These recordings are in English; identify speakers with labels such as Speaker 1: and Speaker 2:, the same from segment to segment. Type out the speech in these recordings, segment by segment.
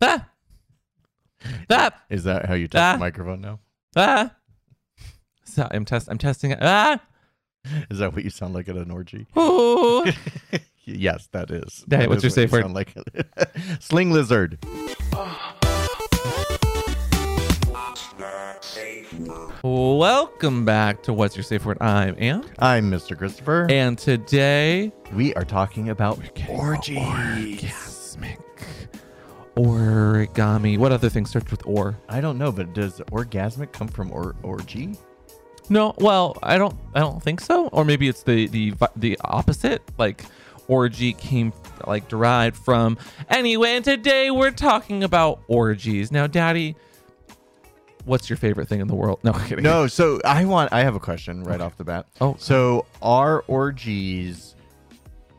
Speaker 1: Ah. Ah.
Speaker 2: Is that how you test
Speaker 1: Ah.
Speaker 2: the microphone now?
Speaker 1: Ah. So I'm test I'm testing it. Ah.
Speaker 2: Is that what you sound like at an orgy?
Speaker 1: Ooh.
Speaker 2: yes, that is.
Speaker 1: Yeah,
Speaker 2: That
Speaker 1: what's
Speaker 2: is
Speaker 1: your
Speaker 2: what
Speaker 1: safe word?
Speaker 2: sound like. Sling lizard.
Speaker 1: Welcome back to What's Your Safe Word? I'm Am.
Speaker 2: I'm Mr. Christopher.
Speaker 1: And today
Speaker 2: we are talking about orgy.
Speaker 1: orgasmic origami. What other thing starts with or?
Speaker 2: I don't know, but does orgasmic come from or- orgy?
Speaker 1: No, well, I don't I don't think so. Or maybe it's the the vi- the opposite, like orgy came like derived from. Anyway, and today we're talking about orgies. Now, daddy, what's your favorite thing in the world? No, I'm kidding.
Speaker 2: No, so I want I have a question right off the bat.
Speaker 1: Oh.
Speaker 2: So are orgies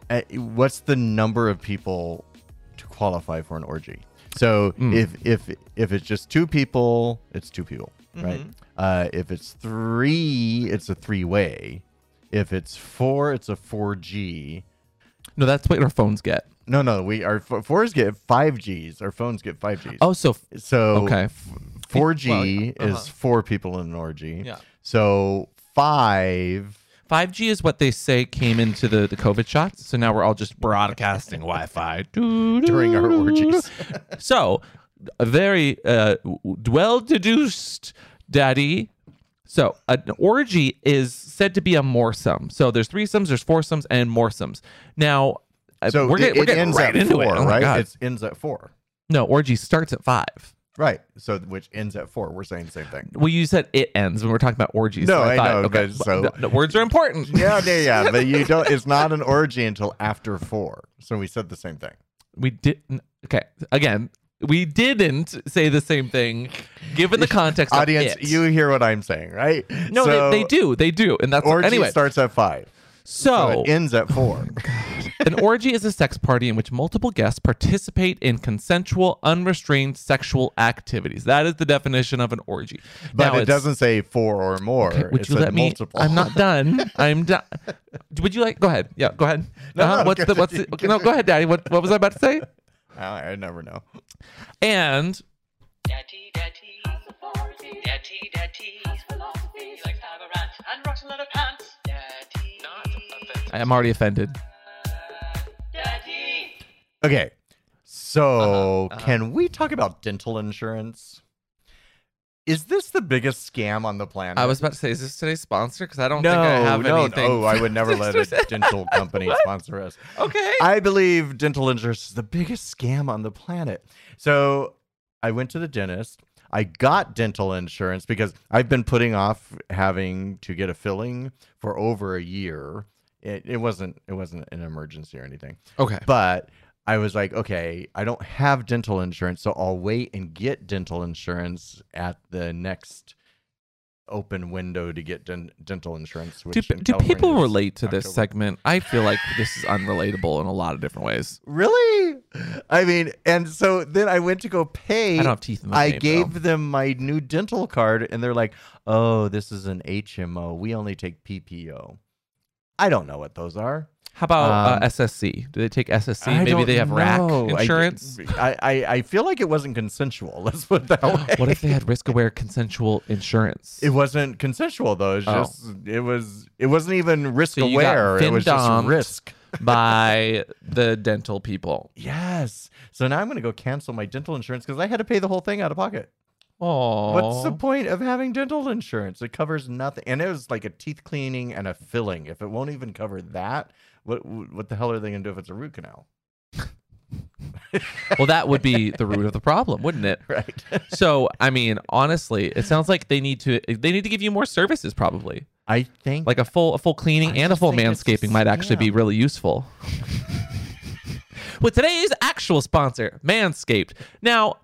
Speaker 2: eh, what's the number of people to qualify for an orgy? So if if if it's just two people, it's two people, right? Uh, if it's three, it's a three-way. If it's four, it's a four G.
Speaker 1: No, that's what our phones get.
Speaker 2: No, no, we our f- fours get five Gs. Our phones get five Gs.
Speaker 1: Oh, so
Speaker 2: So
Speaker 1: Okay.
Speaker 2: f- 4G
Speaker 1: Well, uh-huh.
Speaker 2: is four people in an orgy.
Speaker 1: Yeah.
Speaker 2: So five.
Speaker 1: 5G is what they say came into the, the COVID shots. So now we're all just broadcasting Wi Fi during
Speaker 2: During our
Speaker 1: Mm.
Speaker 2: orgies.
Speaker 1: So, a very uh, well deduced, Daddy. So, an orgy is said to be a moresome. So, there's threesomes, there's foursomes, and moresomes. Now, uh,
Speaker 2: So
Speaker 1: we're
Speaker 2: it,
Speaker 1: getting, we're
Speaker 2: it
Speaker 1: getting
Speaker 2: ends
Speaker 1: right
Speaker 2: at
Speaker 1: into
Speaker 2: four,
Speaker 1: it. Oh my
Speaker 2: right?
Speaker 1: God.
Speaker 2: It ends at four,
Speaker 1: no, orgy starts at five.
Speaker 2: right? So which ends at four. We're saying the same thing.
Speaker 1: Well, you said it ends when we're talking about orgies.
Speaker 2: No,
Speaker 1: so I,
Speaker 2: I
Speaker 1: thought,
Speaker 2: know,
Speaker 1: okay,
Speaker 2: but so-
Speaker 1: the- the words are important.
Speaker 2: Yeah, yeah, yeah. But you don't. It's not an orgy until after four. So we said the same thing.
Speaker 1: we didn't okay again we didn't say the same thing given the context of
Speaker 2: Audience,
Speaker 1: it.
Speaker 2: you hear what I'm saying, right?
Speaker 1: no
Speaker 2: So
Speaker 1: they, they do they do and that's
Speaker 2: Orgy
Speaker 1: anyway Oh.
Speaker 2: starts at five. So
Speaker 1: so
Speaker 2: it ends at four.
Speaker 1: an orgy is a sex party in which multiple guests participate in consensual unrestrained sexual activities that is the definition of an orgy
Speaker 2: but
Speaker 1: Now,
Speaker 2: it
Speaker 1: it's-
Speaker 2: doesn't say four or more.
Speaker 1: okay, would
Speaker 2: it
Speaker 1: you
Speaker 2: said
Speaker 1: let me
Speaker 2: multiple.
Speaker 1: i'm not done i'm done would you like go ahead yeah go ahead Uh-huh,
Speaker 2: No, no,
Speaker 1: what's the what's the, okay, no go ahead daddy what, what was i about to say
Speaker 2: I, I never know.
Speaker 1: and
Speaker 3: Daddy, daddy, daddy, daddy. He likes to have a rant and rocks a lot of pants. Daddy, not offended.
Speaker 1: i'm already offended
Speaker 3: Daddy.
Speaker 2: Okay. So,
Speaker 1: Uh-huh,
Speaker 2: can we talk about dental insurance? Is this the biggest scam on the planet?
Speaker 1: I was about to say, is this today's sponsor? Because I don't
Speaker 2: no,
Speaker 1: think I have
Speaker 2: no,
Speaker 1: anything.
Speaker 2: no. I would never let a dental company sponsor us.
Speaker 1: okay.
Speaker 2: I believe dental insurance is the biggest scam on the planet. So, I went to the dentist. I got dental insurance because I've been putting off having to get a filling for over a year. It, it wasn't it wasn't an emergency or anything.
Speaker 1: okay.
Speaker 2: But I was like, okay, I don't have dental insurance, so I'll wait and get dental insurance at the next open window to get den- dental insurance.
Speaker 1: Do,
Speaker 2: Which in
Speaker 1: do
Speaker 2: California
Speaker 1: people
Speaker 2: is
Speaker 1: relate to this
Speaker 2: October.
Speaker 1: segment? I feel like this is unrelatable in a lot of different ways.
Speaker 2: Really? I mean, and so then I went to go pay.
Speaker 1: I don't have teeth in my
Speaker 2: I
Speaker 1: name,
Speaker 2: gave them my new dental card, and they're like, "Oh, this is an HMO. We only take PPO." I don't know what those are.
Speaker 1: How about
Speaker 2: Um,
Speaker 1: uh, SSC? Do they take SSC?
Speaker 2: I
Speaker 1: Maybe
Speaker 2: don't
Speaker 1: they have rack
Speaker 2: know. I-
Speaker 1: insurance. Oh,
Speaker 2: I, I, I feel like it wasn't consensual. Let's put it that way.
Speaker 1: what if they had risk-aware consensual insurance?
Speaker 2: It wasn't consensual though. It's
Speaker 1: Oh.
Speaker 2: just it was it wasn't even risk
Speaker 1: So you got
Speaker 2: aware. It was just
Speaker 1: fin-dommed.
Speaker 2: risk.
Speaker 1: by the dental people.
Speaker 2: Yes. So now I'm gonna go cancel my dental insurance because I had to pay the whole thing out of pocket.
Speaker 1: Oh,
Speaker 2: What's the point of having dental insurance? It covers nothing, and it was like a teeth cleaning and a filling. If it won't even cover that, what what the hell are they gonna do if it's a root canal?
Speaker 1: well, that would be the root of the problem, wouldn't it?
Speaker 2: Right.
Speaker 1: So, I mean, honestly, it sounds like they need to they need to give you more services, probably.
Speaker 2: I think
Speaker 1: like a full a full cleaning
Speaker 2: I
Speaker 1: and a
Speaker 2: just
Speaker 1: full
Speaker 2: think it's a
Speaker 1: manscaping might actually be
Speaker 2: scam.
Speaker 1: really useful. With today's actual sponsor, Manscaped. Now,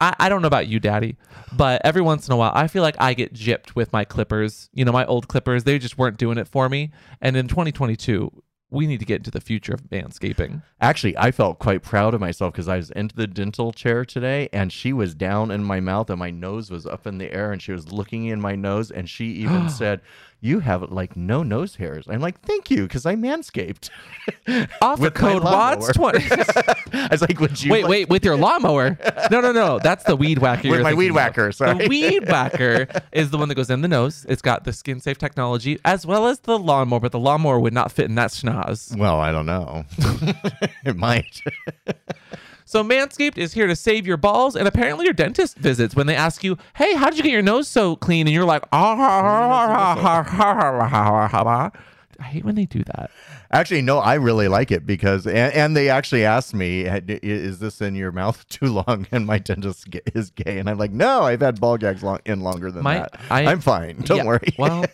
Speaker 1: I, I don't know about you, Daddy, but every once in a while, I feel like I get gypped with my clippers. You know, my old clippers, they just weren't doing it for me. And in 2022, we need to get into the future of manscaping.
Speaker 2: Actually, I felt quite proud of myself because I was into the dental chair today and she was down in my mouth and my nose was up in the air and she was looking in my nose and she even said, You have like no nose hairs. I'm like, Thank you, because I manscaped.
Speaker 1: Off the
Speaker 2: With my
Speaker 1: code WADS
Speaker 2: lawnmower.
Speaker 1: 20.
Speaker 2: I was like, Would you
Speaker 1: wait,
Speaker 2: like-
Speaker 1: wait, with your lawnmower? No, no, no. That's the weed whacker.
Speaker 2: With
Speaker 1: you're
Speaker 2: my
Speaker 1: thinking
Speaker 2: weed
Speaker 1: of.
Speaker 2: whacker, sorry.
Speaker 1: The weed whacker is the one that goes in the nose. It's got the skin safe technology as well as the lawnmower, but the lawnmower would not fit in that schnoz.
Speaker 2: Well, I don't know. it might.
Speaker 1: So Manscaped is here to save your balls and apparently your dentist visits when they ask you, "Hey, how did you get your nose so clean?" and you're like, "Ah, ah, ah, ah, ah, ah, ah, ah, ah." I hate when they do that.
Speaker 2: Actually, no, I really like it because, and, and they actually asked me, "Had- i- is this in your mouth too long? And my dentist ga- is gay. And I'm like, no, I've had ball gags long, in longer than
Speaker 1: My-
Speaker 2: that.
Speaker 1: I-
Speaker 2: I, am fine. Don't
Speaker 1: Yeah,
Speaker 2: worry.
Speaker 1: well,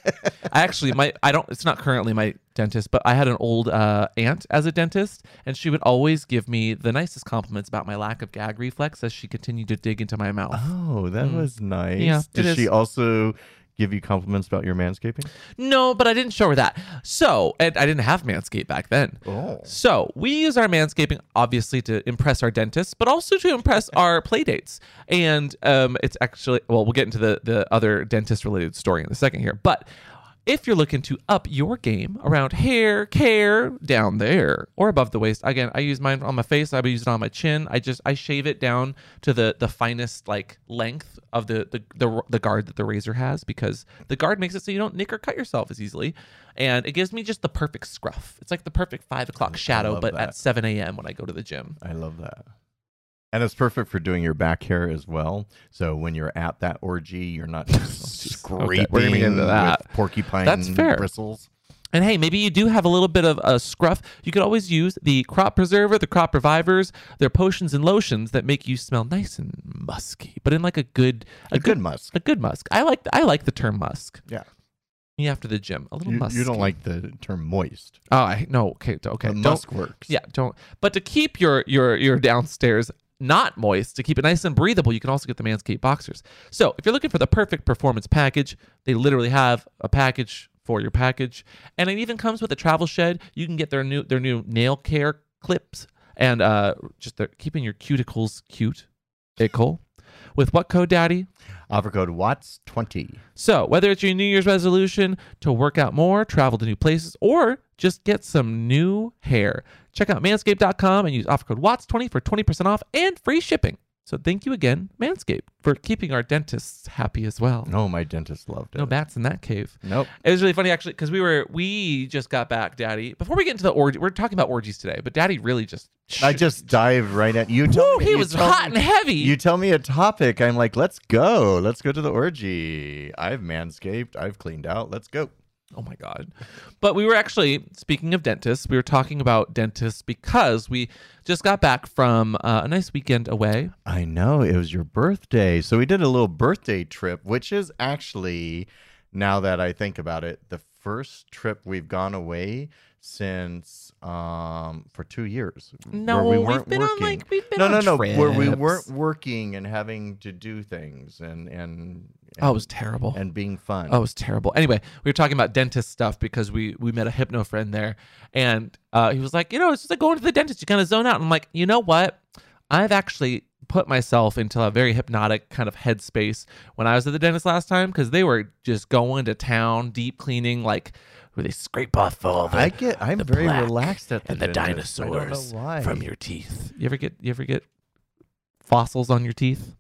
Speaker 1: I actually my I don't it's not currently my dentist, but I had an old uh, aunt as a dentist, and she would always give me the nicest compliments about my lack of gag reflex as she continued to dig into my mouth.
Speaker 2: oh, that was nice.
Speaker 1: mm, Yeah, it
Speaker 2: Did
Speaker 1: is.
Speaker 2: she also give you compliments about your manscaping?
Speaker 1: No, but I didn't show her that. So, and I didn't have Manscaped back then.
Speaker 2: Oh.
Speaker 1: So, we use our manscaping obviously to impress our dentists, but also to impress our play dates. And um, it's actually, well, we'll get into the, the other dentist related story in a second here. But if you're looking to up your game around hair care down there or above the waist, again, I use mine on my face, I use it on my chin. I just, I shave it down to the, the finest like length of the, the, the, the guard that the razor has because the guard makes it so you don't nick or cut yourself as easily. And it gives me just the perfect scruff. It's like the perfect five o'clock shadow,
Speaker 2: love
Speaker 1: but
Speaker 2: that.
Speaker 1: at 7 a.m. when I go to the gym.
Speaker 2: I love that. And it's perfect for doing your back hair as well. So when you're at that orgy, you're not scraping
Speaker 1: Okay, we're gonna get into that.
Speaker 2: with porcupine
Speaker 1: That's fair.
Speaker 2: bristles.
Speaker 1: And hey, maybe you do have a little bit of a scruff. You could always use the crop preserver, the crop revivers. They're potions and lotions that make you smell nice and musky, but in like a good, a,
Speaker 2: A good musk.
Speaker 1: a good musk. I like, I like the term musk.
Speaker 2: Yeah.
Speaker 1: Me after the gym, a little
Speaker 2: You,
Speaker 1: musk.
Speaker 2: you don't like the term moist.
Speaker 1: Oh, I no. Okay, d- okay.
Speaker 2: The
Speaker 1: don't-
Speaker 2: musk works.
Speaker 1: Yeah, don't. But to keep your your your downstairs not moist, to keep it nice and breathable, you can also get the Manscaped boxers. So if you're looking for the perfect performance package, they literally have a package for your package, and it even comes with a travel shed. You can get their new their new nail care clips and uh just their, keeping your cuticles cute. Ickle. With what code, Daddy?
Speaker 2: Offer code Watts twenty.
Speaker 1: So, whether it's your New Year's resolution to work out more, travel to new places, or just get some new hair, check out manscaped.com and use offer code WATTS20 for 20% off and free shipping. So, thank you again, Manscaped, for keeping our dentists happy as well.
Speaker 2: No, Mm. my dentist loved it.
Speaker 1: No bats in that cave.
Speaker 2: Nope.
Speaker 1: It was really funny actually because we were we just got back, Daddy. Before we get into the orgy, we're talking about orgies today, but Daddy really just
Speaker 2: I just dived right at you. Tell
Speaker 1: Woo,
Speaker 2: me,
Speaker 1: he
Speaker 2: you
Speaker 1: was
Speaker 2: tell
Speaker 1: hot
Speaker 2: me-
Speaker 1: and heavy.
Speaker 2: You tell me a topic. I'm like, let's go. Let's go to the orgy. I've manscaped. I've cleaned out. Let's go.
Speaker 1: Oh my God. But we were actually, speaking of dentists, we were talking about dentists because we just got back from uh, a nice weekend away.
Speaker 2: I know it was your birthday. So we did a little birthday trip, which is actually, now that I think about it, the first trip we've gone away since um for two years.
Speaker 1: No,
Speaker 2: where we
Speaker 1: we
Speaker 2: weren't
Speaker 1: have been
Speaker 2: working.
Speaker 1: on like, we've been
Speaker 2: no,
Speaker 1: on
Speaker 2: no, no. Where we
Speaker 1: trips.
Speaker 2: weren't working and having to do things and and,
Speaker 1: Oh, it was terrible.
Speaker 2: and being fun.
Speaker 1: Oh, it was terrible. Anyway, we were talking about dentist stuff because we we met a hypno friend there, and uh, he was like, you know, it's just like going to the dentist. You kind of zone out. And I'm like, you know what? I've actually put myself into a very hypnotic kind of headspace when I was at the dentist last time because they were just going to town, deep cleaning, like where they scrape off all the
Speaker 2: I get. I'm
Speaker 1: the
Speaker 2: very
Speaker 1: plaque
Speaker 2: relaxed at the
Speaker 1: and the
Speaker 2: dentist. I don't know
Speaker 1: dinosaurs
Speaker 2: why.
Speaker 1: from your teeth. You ever get you ever get fossils on your teeth?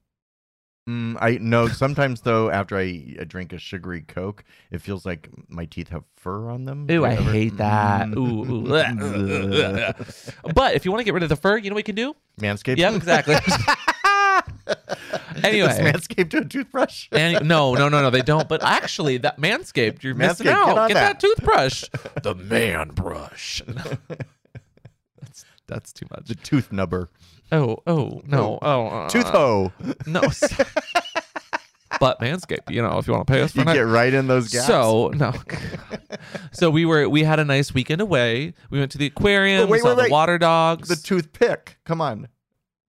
Speaker 2: Mm, I no. Sometimes though, after I, I drink a sugary Coke, it feels like my teeth have fur on them.
Speaker 1: Ooh, I
Speaker 2: Whatever.
Speaker 1: hate that.
Speaker 2: Mm.
Speaker 1: Ooh, ooh. bleh, bleh, bleh, bleh. but if you want to get rid of the fur, you know what you can do?
Speaker 2: Manscaped.
Speaker 1: Yep, exactly.
Speaker 2: Is
Speaker 1: anyway.
Speaker 2: Manscaped to a toothbrush.
Speaker 1: And, no, no, no, no, they don't. But actually, that Manscaped, you're missing
Speaker 2: Manscaped, get
Speaker 1: out.
Speaker 2: on
Speaker 1: Get that,
Speaker 2: that.
Speaker 1: toothbrush. the man brush. that's, that's too much.
Speaker 2: the tooth nubber.
Speaker 1: Oh, oh, no. Oh, uh,
Speaker 2: Tooth hoe.
Speaker 1: No. but Manscaped, you know, if you want to pay us for
Speaker 2: You
Speaker 1: that.
Speaker 2: get right in those gaps.
Speaker 1: So no, so we were we had a nice weekend away. We went to the aquarium.
Speaker 2: Oh, wait,
Speaker 1: we saw
Speaker 2: wait,
Speaker 1: the
Speaker 2: wait.
Speaker 1: water dogs.
Speaker 2: the toothpick. Come on,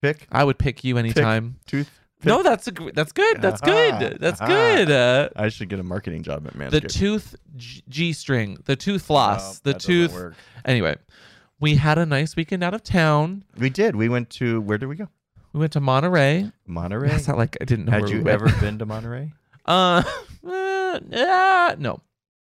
Speaker 2: pick
Speaker 1: I would pick you anytime.
Speaker 2: tooth.
Speaker 1: No, that's a, gr- that's good. That's
Speaker 2: Uh-huh.
Speaker 1: good. That's good. Uh,
Speaker 2: I should get a marketing job at Manscaped.
Speaker 1: the tooth g string, the tooth floss, the
Speaker 2: No, Oh, that doesn't
Speaker 1: tooth.
Speaker 2: work.
Speaker 1: Anyway, we had a nice weekend out of town.
Speaker 2: We did. We went to where did we go?
Speaker 1: We went to Monterey.
Speaker 2: Monterey.
Speaker 1: That's not like I didn't know.
Speaker 2: Had
Speaker 1: where we
Speaker 2: you
Speaker 1: went.
Speaker 2: ever been to Monterey?
Speaker 1: Uh, uh, yeah, no,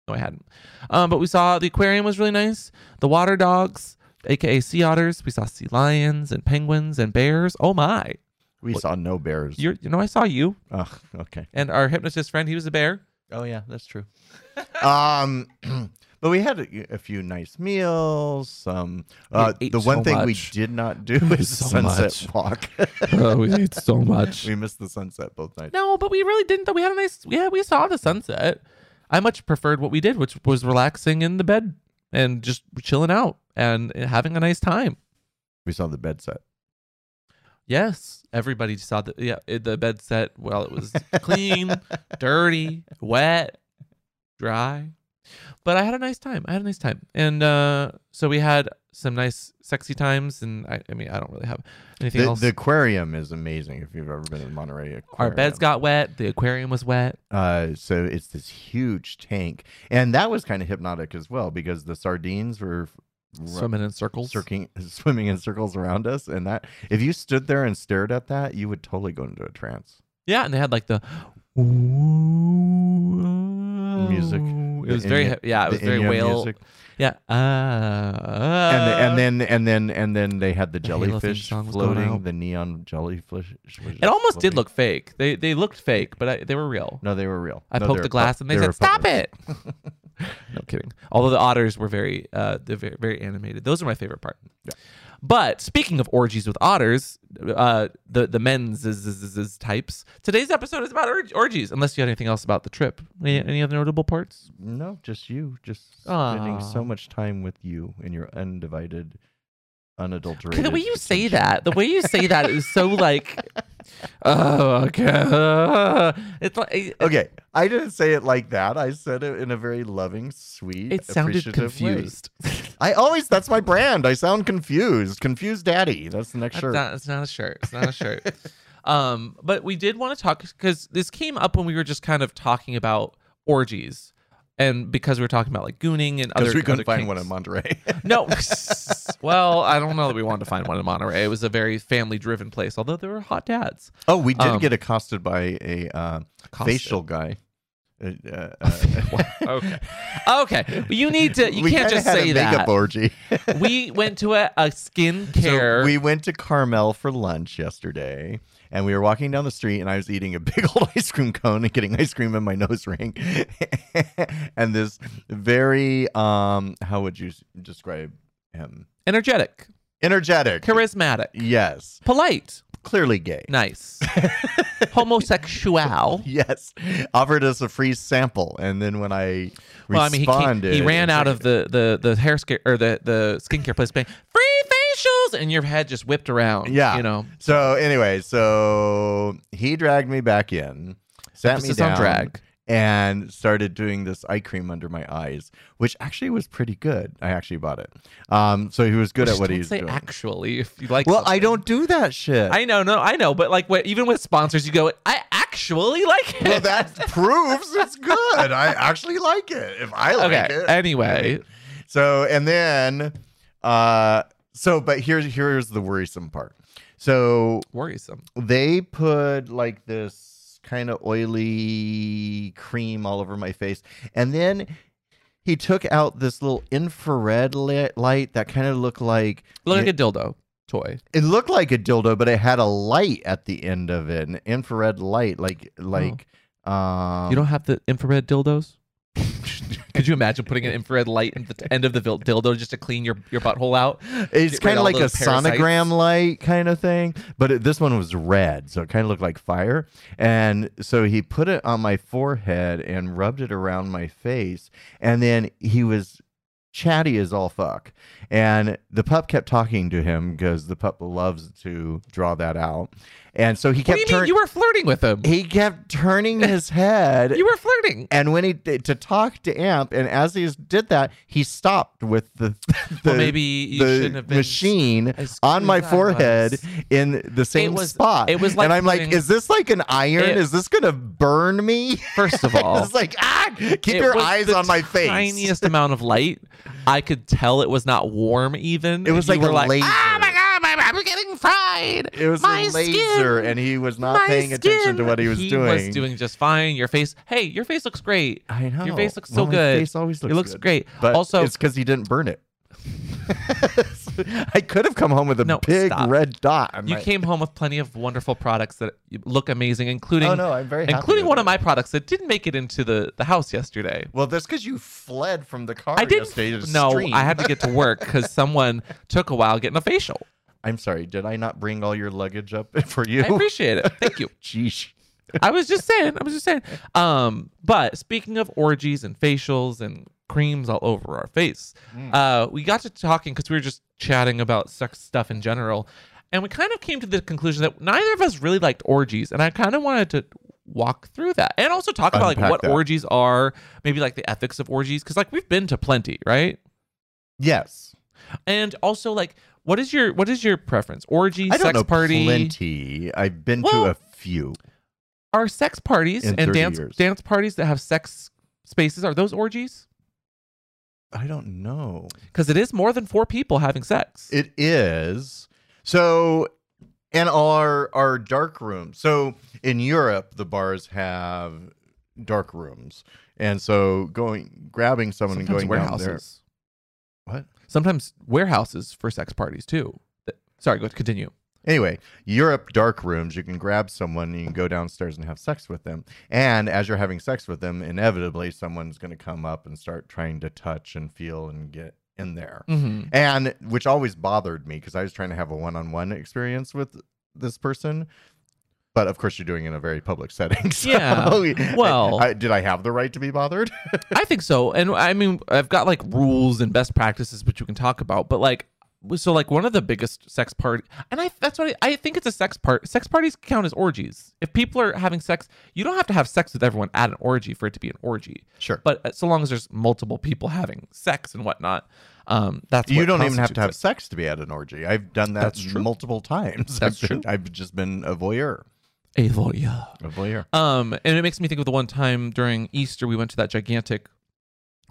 Speaker 1: no, I hadn't. Um, but we saw the aquarium was really nice. The water dogs, aka sea otters. We saw sea lions and penguins and bears. Oh my!
Speaker 2: We saw no bears.
Speaker 1: You're, you know, I saw you
Speaker 2: Ugh, okay.
Speaker 1: and our hypnotist friend. He was a bear.
Speaker 2: Oh yeah, that's true. um, but we had a, a few nice meals. Some uh,
Speaker 1: ate
Speaker 2: the one
Speaker 1: so
Speaker 2: thing we
Speaker 1: much.
Speaker 2: did not do is
Speaker 1: So
Speaker 2: sunset
Speaker 1: much.
Speaker 2: walk.
Speaker 1: oh, we ate so much.
Speaker 2: we missed the sunset both nights.
Speaker 1: No, but we really didn't. Though we had a nice. Yeah, we saw the sunset. I much preferred what we did, which was relaxing in the bed and just chilling out and having a nice time.
Speaker 2: We saw the bed set.
Speaker 1: Yes, everybody saw the yeah it- the bed set. Well, it was clean, dirty, wet, dry, but I had a nice time. I had a nice time, and uh, so we had some nice, sexy times. And I, I mean, I don't really have anything
Speaker 2: The,
Speaker 1: else.
Speaker 2: the aquarium is amazing. If you've ever been to the Monterey aquarium,
Speaker 1: Our beds got wet. The aquarium was wet.
Speaker 2: Uh, so it's this huge tank, and that was kind of hypnotic as well because the sardines were ru-
Speaker 1: Swimming in circles.
Speaker 2: circling, swimming in circles around us, and that if you stood there and stared at that, you would totally go into a trance.
Speaker 1: Yeah, and they had like the
Speaker 2: Music.
Speaker 1: It was
Speaker 2: The
Speaker 1: very
Speaker 2: Inya-
Speaker 1: hea- yeah. It
Speaker 2: the
Speaker 1: was very
Speaker 2: Inyo
Speaker 1: whale.
Speaker 2: music.
Speaker 1: Yeah. Uh,
Speaker 2: and, the- and then and then and then they had the,
Speaker 1: The Halo theme
Speaker 2: jellyfish
Speaker 1: song was going
Speaker 2: floating,
Speaker 1: out.
Speaker 2: the neon jellyfish. was
Speaker 1: It almost did
Speaker 2: floating.
Speaker 1: look fake. They they looked fake, but I, they were real.
Speaker 2: No, they were real.
Speaker 1: I
Speaker 2: No, they
Speaker 1: poked
Speaker 2: were
Speaker 1: the glass
Speaker 2: pu-
Speaker 1: and they,
Speaker 2: they were
Speaker 1: said, "Stop
Speaker 2: puppets."
Speaker 1: it!" no kidding. Although the otters were very uh they're very, very animated. Those are my favorite part. But speaking of orgies with otters, uh the the men's is, is, is, is types. Today's episode is about org- orgies. Unless you had anything else about the trip, any, any other notable parts?
Speaker 2: No, just you, just spending
Speaker 1: Aw.
Speaker 2: so much time with you and your undivided, unadulterated.
Speaker 1: The way you say
Speaker 2: attention.
Speaker 1: that, the way you say that is so like, oh, okay. uh, it's like it-
Speaker 2: Okay, I didn't say it like that. I said it in a very loving, sweet,
Speaker 1: it sounded
Speaker 2: appreciative way.
Speaker 1: confused.
Speaker 2: I always that's my brand. I sound confused. Confused daddy. That's the next
Speaker 1: That's
Speaker 2: shirt.
Speaker 1: not- it's not a shirt. It's not a shirt. um, but we did want to talk because this came up when we were just kind of talking about orgies, and because we were talking about like gooning and other.
Speaker 2: Because we couldn't
Speaker 1: other
Speaker 2: find
Speaker 1: kinks.
Speaker 2: one in Monterey.
Speaker 1: No. well, I don't know that we wanted to find one in Monterey. It was a very family-driven place, although there were hot dads.
Speaker 2: oh, we did
Speaker 1: Um,
Speaker 2: get accosted by a uh,
Speaker 1: Accosted.
Speaker 2: facial guy. Uh, uh, uh,
Speaker 1: Okay. Okay. You need to. You
Speaker 2: we
Speaker 1: can't
Speaker 2: kinda
Speaker 1: just
Speaker 2: had
Speaker 1: say
Speaker 2: a makeup
Speaker 1: that.
Speaker 2: orgy.
Speaker 1: we went to a, a skincare.
Speaker 2: So we went to Carmel for lunch yesterday, and we were walking down the street, and I was eating a big old ice cream cone and getting ice cream in my nose ring, and this very um, how would you s- describe him?
Speaker 1: energetic,
Speaker 2: Energetic,
Speaker 1: charismatic,
Speaker 2: Yes,
Speaker 1: polite,
Speaker 2: clearly gay.
Speaker 1: nice, homosexual.
Speaker 2: Yes, offered us a free sample, and then when I responded,
Speaker 1: Well, I mean, he, came, he ran out of the the the hair scare or the the skincare place, being free facials, and your head just whipped around.
Speaker 2: Yeah.
Speaker 1: you know,
Speaker 2: So anyway, so he dragged me back in, sat me
Speaker 1: emphasis
Speaker 2: down,
Speaker 1: on drag.
Speaker 2: and started doing this eye cream under my eyes, which actually was pretty good. I actually bought it. Um, so he was good
Speaker 1: Just
Speaker 2: at what
Speaker 1: don't
Speaker 2: he was
Speaker 1: say
Speaker 2: doing.
Speaker 1: actually if you like.
Speaker 2: well,
Speaker 1: something.
Speaker 2: I don't do that shit.
Speaker 1: I know, no, I know, but like, what, even with sponsors, you go, I actually like it.
Speaker 2: well, that proves it's good. I actually like it. If I like
Speaker 1: okay.
Speaker 2: it.
Speaker 1: Anyway,
Speaker 2: So and then, uh, so but here's here's the worrisome part. So
Speaker 1: worrisome.
Speaker 2: they put like this kind of oily cream all over my face and then he took out this little infrared li- light that kind of looked like
Speaker 1: Look like
Speaker 2: it,
Speaker 1: a dildo toy.
Speaker 2: it looked like a dildo but it had a light at the end of it an infrared light like like um
Speaker 1: Oh. you don't have the infrared dildos? Could you imagine putting an infrared light in the t- end of the vil- dildo just to clean your, your butthole out?
Speaker 2: it's
Speaker 1: Get rid
Speaker 2: kind of
Speaker 1: all
Speaker 2: like a
Speaker 1: those parasites.
Speaker 2: sonogram light kind of thing, but it, this one was red, so it kind of looked like fire. And so he put it on my forehead and rubbed it around my face, and then he was chatty as all fuck. And the pup kept talking to him because the pup loves to draw that out. And so he
Speaker 1: What do you
Speaker 2: kept
Speaker 1: mean?
Speaker 2: turning.
Speaker 1: You were flirting with him.
Speaker 2: He kept turning his head
Speaker 1: You were flirting.
Speaker 2: and when he to talk to Amp, and as he did that, he stopped with the, the
Speaker 1: Well, maybe you
Speaker 2: the
Speaker 1: shouldn't have been
Speaker 2: machine
Speaker 1: as
Speaker 2: on
Speaker 1: good
Speaker 2: my
Speaker 1: as I
Speaker 2: forehead
Speaker 1: was.
Speaker 2: in the same
Speaker 1: was-
Speaker 2: spot.
Speaker 1: it was like
Speaker 2: and I'm like,
Speaker 1: putting-
Speaker 2: is this like an iron?
Speaker 1: It-
Speaker 2: Is this gonna burn me?
Speaker 1: First of all,
Speaker 2: it's like ah, keep
Speaker 1: it
Speaker 2: your
Speaker 1: was
Speaker 2: eyes
Speaker 1: the
Speaker 2: on my face.
Speaker 1: Tiniest amount of light. I could tell it was not warm even.
Speaker 2: It was
Speaker 1: and
Speaker 2: like
Speaker 1: you were
Speaker 2: a
Speaker 1: like,
Speaker 2: laser.
Speaker 1: oh my god, my, I'm getting fried.
Speaker 2: It was
Speaker 1: my
Speaker 2: a laser,
Speaker 1: skin,
Speaker 2: and he was not
Speaker 1: my
Speaker 2: paying attention to
Speaker 1: skin."
Speaker 2: what he was
Speaker 1: he
Speaker 2: doing.
Speaker 1: was doing just fine. Your face, hey, your face looks great.
Speaker 2: I know.
Speaker 1: Your face looks so
Speaker 2: Well, my
Speaker 1: good.
Speaker 2: Face always looks
Speaker 1: it looks
Speaker 2: good.
Speaker 1: great.
Speaker 2: But
Speaker 1: also,
Speaker 2: it's because he didn't burn it. I could have come home with a
Speaker 1: No,
Speaker 2: big
Speaker 1: stop.
Speaker 2: red dot. on
Speaker 1: you
Speaker 2: my-
Speaker 1: came home with plenty of wonderful products that look amazing, including
Speaker 2: Oh no, I'm very happy
Speaker 1: including
Speaker 2: with
Speaker 1: one of
Speaker 2: it.
Speaker 1: my products that didn't make it into the, the house yesterday.
Speaker 2: Well, that's because you fled from the car.
Speaker 1: I didn't.
Speaker 2: Yesterday to
Speaker 1: no,
Speaker 2: stream.
Speaker 1: I had to get to work because someone took a while getting a facial.
Speaker 2: I'm sorry. Did I not bring all your luggage up for you?
Speaker 1: I appreciate it. Thank you.
Speaker 2: Sheesh.
Speaker 1: I was just saying. I was just saying. Um, but speaking of orgies and facials and creams all over our face,
Speaker 2: Mm.
Speaker 1: uh, we got to talking because we were just chatting about sex stuff in general, and we kind of came to the conclusion that neither of us really liked orgies, and I kind of wanted to walk through that and also talk about like
Speaker 2: Unpack
Speaker 1: what
Speaker 2: that.
Speaker 1: orgies are, maybe like the ethics of orgies, because like we've been to plenty, right?
Speaker 2: Yes.
Speaker 1: And also like. What is your what is your preference? Orgy,
Speaker 2: I don't
Speaker 1: sex
Speaker 2: know
Speaker 1: party?
Speaker 2: plenty. I've been
Speaker 1: Well-
Speaker 2: to a few.
Speaker 1: are sex parties
Speaker 2: In
Speaker 1: and
Speaker 2: 30
Speaker 1: dance
Speaker 2: years.
Speaker 1: dance parties that have sex spaces are those orgies?
Speaker 2: I don't know.
Speaker 1: Because it is more than four people having sex.
Speaker 2: It is. So and our our dark rooms. So in Europe the bars have dark rooms. And so going grabbing someone
Speaker 1: Sometimes
Speaker 2: and going down there.
Speaker 1: warehouses.
Speaker 2: What?
Speaker 1: Sometimes warehouses for sex parties too. Th- Sorry, go continue.
Speaker 2: Anyway, Europe dark rooms, you can grab someone and you can go downstairs and have sex with them. And as you're having sex with them, inevitably someone's going to come up and start trying to touch and feel and get in there.
Speaker 1: hmm
Speaker 2: and which always bothered me because I was trying to have a one-on-one experience with this person. But of course, you're doing it in a very public setting. So
Speaker 1: Yeah. Well-
Speaker 2: I- did I have the right to be bothered?
Speaker 1: I think so. And I mean, I've got like rules and best practices which you can talk about, but like so like one of the biggest sex party and I that's what I, I think it's a sex part sex parties count as orgies. If people are having sex, you don't have to have sex with everyone at an orgy for it to be an orgy.
Speaker 2: Sure. But
Speaker 1: but uh, so long as there's multiple people having sex and whatnot, um, that's
Speaker 2: you
Speaker 1: what
Speaker 2: don't even have to have
Speaker 1: constitutes
Speaker 2: sex to be at an orgy. I've done that
Speaker 1: That's true.
Speaker 2: multiple times.
Speaker 1: That's
Speaker 2: I've been-
Speaker 1: true.
Speaker 2: I've just been a voyeur.
Speaker 1: it. a voyeur.
Speaker 2: A voyeur.
Speaker 1: Um, and it makes me think of the one time during Easter we went to that gigantic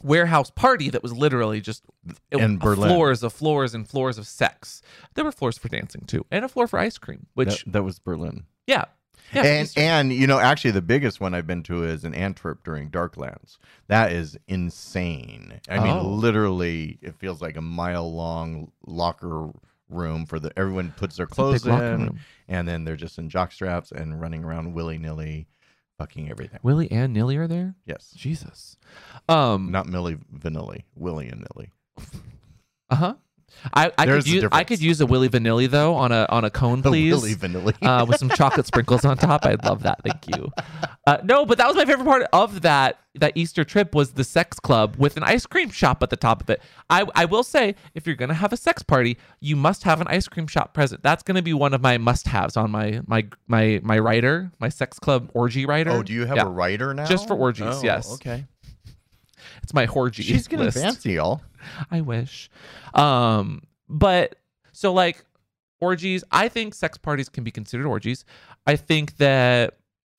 Speaker 1: warehouse party that was literally just it-
Speaker 2: In Berlin.
Speaker 1: floors of floors and floors of sex. There were floors for dancing too, and a floor for ice cream. Which
Speaker 2: that, that was Berlin.
Speaker 1: yeah, yeah, for
Speaker 2: and
Speaker 1: Easter.
Speaker 2: and you know actually the biggest one I've been to is in Antwerp during Darklands. That is insane. I
Speaker 1: Oh.
Speaker 2: mean literally it feels like a mile long locker room for the everyone puts their
Speaker 1: It's a big
Speaker 2: clothes
Speaker 1: locker
Speaker 2: in
Speaker 1: room.
Speaker 2: and then they're just in jock straps and running around willy-nilly fucking everything.
Speaker 1: Willie and Nilly are there.
Speaker 2: Yes.
Speaker 1: Jesus. Um.
Speaker 2: Not Millie Vanilli, Willy and Nilly.
Speaker 1: Uh huh. I, I
Speaker 2: There's
Speaker 1: could
Speaker 2: a
Speaker 1: use I
Speaker 2: difference.
Speaker 1: could use a Willy Vanilli though on a on a cone,
Speaker 2: The
Speaker 1: please.
Speaker 2: Willy Vanilli.
Speaker 1: uh, with some chocolate sprinkles on top. I'd love that. Thank you. Uh, no, but that was my favorite part of that that Easter trip was the sex club with an ice cream shop at the top of it. I I will say if you're gonna have a sex party, you must have an ice cream shop present. That's gonna be one of my must haves on my my my my writer, my sex club orgy writer.
Speaker 2: oh, do you have
Speaker 1: Yeah.
Speaker 2: a writer now?
Speaker 1: Just for orgies,
Speaker 2: Oh,
Speaker 1: yes.
Speaker 2: Okay.
Speaker 1: It's my orgy.
Speaker 2: She's getting
Speaker 1: list.
Speaker 2: fancy, y'all.
Speaker 1: I wish. Um, but so like orgies, I think sex parties can be considered orgies. I think that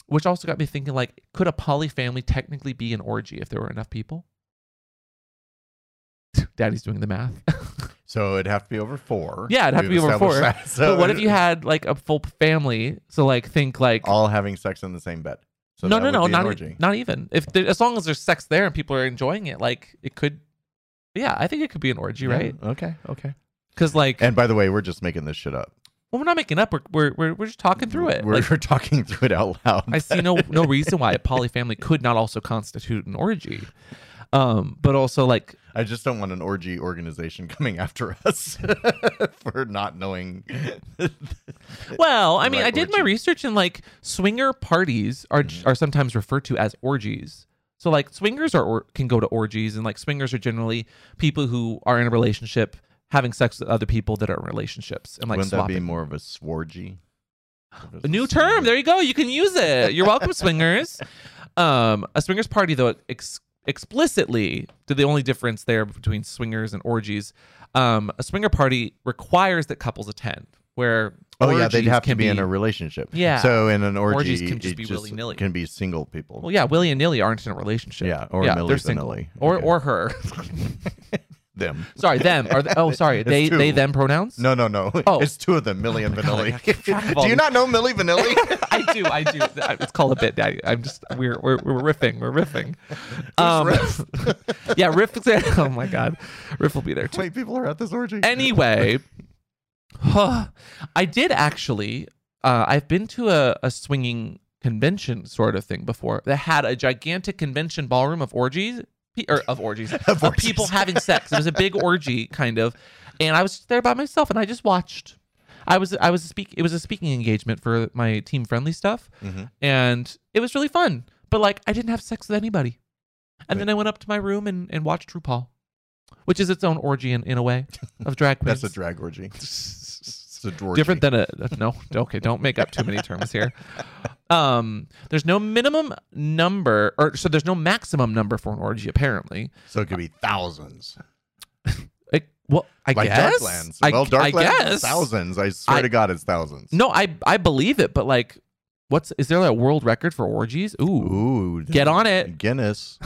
Speaker 1: which also got me thinking like could a poly family technically be an orgy if there were enough people? Daddy's doing the math.
Speaker 2: So it'd have to be over four.
Speaker 1: Yeah, it'd have to
Speaker 2: We've
Speaker 1: be over
Speaker 2: established
Speaker 1: four.
Speaker 2: that. So
Speaker 1: but what if you had like a full family? So like think like
Speaker 2: all having sex in the same bed? So
Speaker 1: no
Speaker 2: that
Speaker 1: no
Speaker 2: would
Speaker 1: no
Speaker 2: be an
Speaker 1: not e-
Speaker 2: orgy.
Speaker 1: not even if there, as long as there's sex there and people are enjoying it like it could yeah I think it could be an orgy
Speaker 2: Yeah,
Speaker 1: right
Speaker 2: Okay, okay.
Speaker 1: because like
Speaker 2: And by the way, we're just making this shit up.
Speaker 1: well, we're not making up we're we're we're, we're just talking through it
Speaker 2: We're,
Speaker 1: Like,
Speaker 2: we're talking through it out loud.
Speaker 1: I see no no reason why a poly family could not also constitute an orgy. Um, but also like
Speaker 2: I just don't want an orgy organization coming after us for not knowing.
Speaker 1: well, I mean,
Speaker 2: Right,
Speaker 1: I did my
Speaker 2: orgy. Mm-hmm.
Speaker 1: research and like swinger parties are are sometimes referred to as orgies. So like swingers are or, can go to orgies and like swingers are generally people who are in a relationship having sex with other people that are in relationships and like
Speaker 2: Wouldn't that
Speaker 1: swapping.
Speaker 2: be more of a sworgy?
Speaker 1: A new term. There you go. You can use it. You're welcome, swingers. Um, a swingers party, though, ex- explicitly, to the only difference there between swingers and orgies, um, a swinger party requires that couples attend. Where
Speaker 2: Oh yeah, they'd
Speaker 1: orgies
Speaker 2: have to
Speaker 1: can
Speaker 2: be, in a relationship.
Speaker 1: Yeah.
Speaker 2: So in an orgy,
Speaker 1: Orgies can just
Speaker 2: it
Speaker 1: be willy-nilly.
Speaker 2: Can be single people.
Speaker 1: well, yeah, Willie and Nilly aren't in a relationship.
Speaker 2: yeah, or
Speaker 1: yeah,
Speaker 2: Millie
Speaker 1: they're single,
Speaker 2: Vanilli.
Speaker 1: or
Speaker 2: Okay.
Speaker 1: or her.
Speaker 2: them.
Speaker 1: Sorry, them. Are they, oh, sorry.
Speaker 2: It's
Speaker 1: They
Speaker 2: two.
Speaker 1: they them pronouns.
Speaker 2: No, no, no.
Speaker 1: Oh.
Speaker 2: It's two of them, Millie and Vanilli.
Speaker 1: track of all
Speaker 2: Do you
Speaker 1: these.
Speaker 2: not know Millie Vanilli?
Speaker 1: I do. I do. It's called a bit, Daddy. I'm just we're we're, we're riffing. We're riffing. Um,
Speaker 2: riff?
Speaker 1: yeah, riff. Oh my god, riff will be there too.
Speaker 2: Wait, people are at this orgy.
Speaker 1: Anyway, huh, I did actually. Uh, I've been to a, a swinging convention sort of thing before that had a gigantic convention ballroom of orgies pe- or of orgies of,
Speaker 2: orgies.
Speaker 1: people having sex. It was a big orgy kind of, and I was there by myself and I just watched. I was I was speak. It was a speaking engagement for my team friendly stuff,
Speaker 2: Mhm.
Speaker 1: and it was really fun. But like, I didn't have sex with anybody. And
Speaker 2: Wait.
Speaker 1: then I went up to my room and, and watched RuPaul, which is its own orgy in, in a way of drag queens.
Speaker 2: That's a drag orgy. It's a orgy.
Speaker 1: different than a uh, no. Okay, don't make up too many terms here. Um, there's no minimum number, or so there's no maximum number for an orgy. Apparently,
Speaker 2: So it could be thousands.
Speaker 1: It- well, I
Speaker 2: like
Speaker 1: guess.
Speaker 2: Darklands.
Speaker 1: I,
Speaker 2: well,
Speaker 1: I
Speaker 2: Darklands
Speaker 1: guess.
Speaker 2: is thousands. I swear
Speaker 1: I-
Speaker 2: to God, it's thousands.
Speaker 1: No, I I believe it, but like, what's is there like a world record for orgies? Ooh,
Speaker 2: Ooh.
Speaker 1: Get on it.
Speaker 2: Guinness.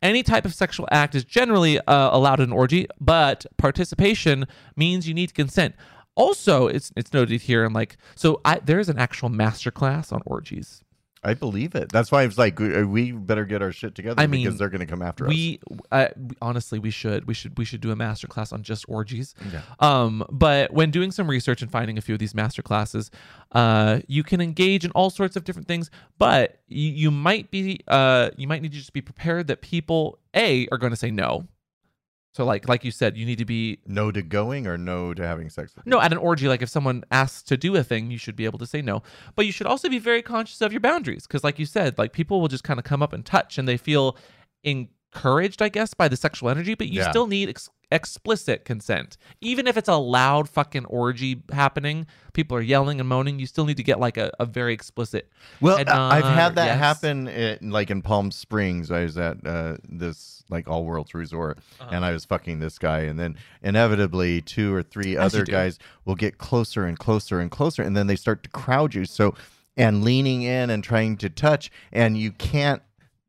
Speaker 1: any type of sexual act is generally uh, allowed in an orgy, but participation means you need consent. Also, it's it's noted here and like so. I there is an actual masterclass on orgies.
Speaker 2: I believe it. That's why I was like, we we better get our shit together
Speaker 1: I mean,
Speaker 2: because they're going to come after
Speaker 1: We uh, we- honestly we should we should we should do a master class on just orgies.
Speaker 2: us. Yeah.
Speaker 1: Um, but when doing some research and finding a few of these master classes, uh, you can engage in all sorts of different things. But you, you might be uh, you might need to just be prepared that people a are going to say no. So like like you said, you need to be
Speaker 2: No to going or no to having sex with
Speaker 1: no
Speaker 2: people?
Speaker 1: at an orgy. Like if someone asks to do a thing, you should be able to say no. But you should also be very conscious of your boundaries because, like you said, like people will just kind of come up and touch, and they feel encouraged, I guess, by the sexual energy. But you
Speaker 2: Yeah.
Speaker 1: still need ex- explicit consent, even if it's a loud fucking orgy happening. People are yelling and moaning. You still need to get like a, a very explicit.
Speaker 2: Well,
Speaker 1: Head
Speaker 2: I- I've
Speaker 1: nod,
Speaker 2: had that
Speaker 1: yes.
Speaker 2: happen at, like in Palm Springs. I was at uh, this like all worlds resort
Speaker 1: Uh-huh.
Speaker 2: and I was fucking this guy. And then inevitably, two or three
Speaker 1: As you
Speaker 2: other
Speaker 1: do.
Speaker 2: guys will get closer and closer and closer. And then they start to crowd you. So, and leaning in and trying to touch. And you can't,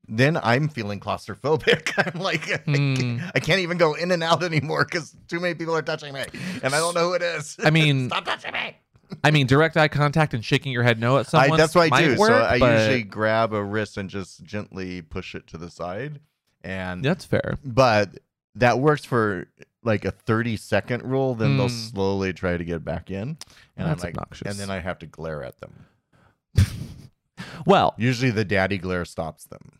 Speaker 2: then I'm feeling claustrophobic. I'm like, I can't-
Speaker 1: Hmm.
Speaker 2: I can't even go in and out anymore because too many people are touching me and I don't know who it is.
Speaker 1: I mean,
Speaker 2: Stop touching me.
Speaker 1: I mean, direct eye contact and shaking your head no at
Speaker 2: I,
Speaker 1: someone.
Speaker 2: that's what I
Speaker 1: might
Speaker 2: do.
Speaker 1: Work,
Speaker 2: so I
Speaker 1: but
Speaker 2: usually grab a wrist and just gently push it to the side. And
Speaker 1: that's fair.
Speaker 2: but that works for like a 30 second rule, then they'll
Speaker 1: Mm.
Speaker 2: slowly try to get back in. And
Speaker 1: That's
Speaker 2: I'm like,
Speaker 1: obnoxious.
Speaker 2: and then I have to glare at them.
Speaker 1: Well,
Speaker 2: Usually the daddy glare stops them.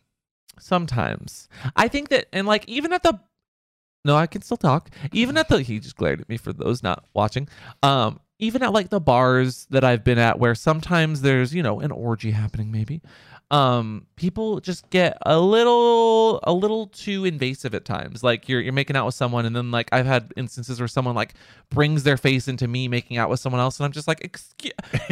Speaker 1: Sometimes. I think that, and like, even at the, no, I can still talk. Even at the, he just glared at me for those not watching. Um, even at like the bars that I've been at where sometimes there's, you know, an orgy happening maybe, um, people just get a little, a little too invasive at times. Like you're, you're making out with someone and then like I've had instances where someone like brings their face into me making out with someone else and I'm just like, excuse, what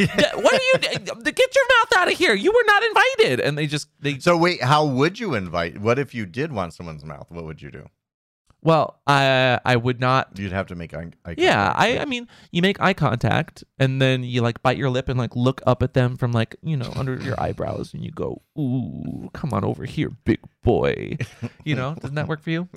Speaker 1: are you, get your mouth out of here. You were not invited. And they just, they
Speaker 2: So wait, how would you invite? What if you did want someone's mouth? What would you do?
Speaker 1: Well, I I would not.
Speaker 2: You'd have to make eye, eye
Speaker 1: Yeah,
Speaker 2: contact.
Speaker 1: I I mean, you make eye contact and then you like bite your lip and like look up at them from like you know under your eyebrows and you go, "Ooh, come on over here, big boy." You know, doesn't that work for you?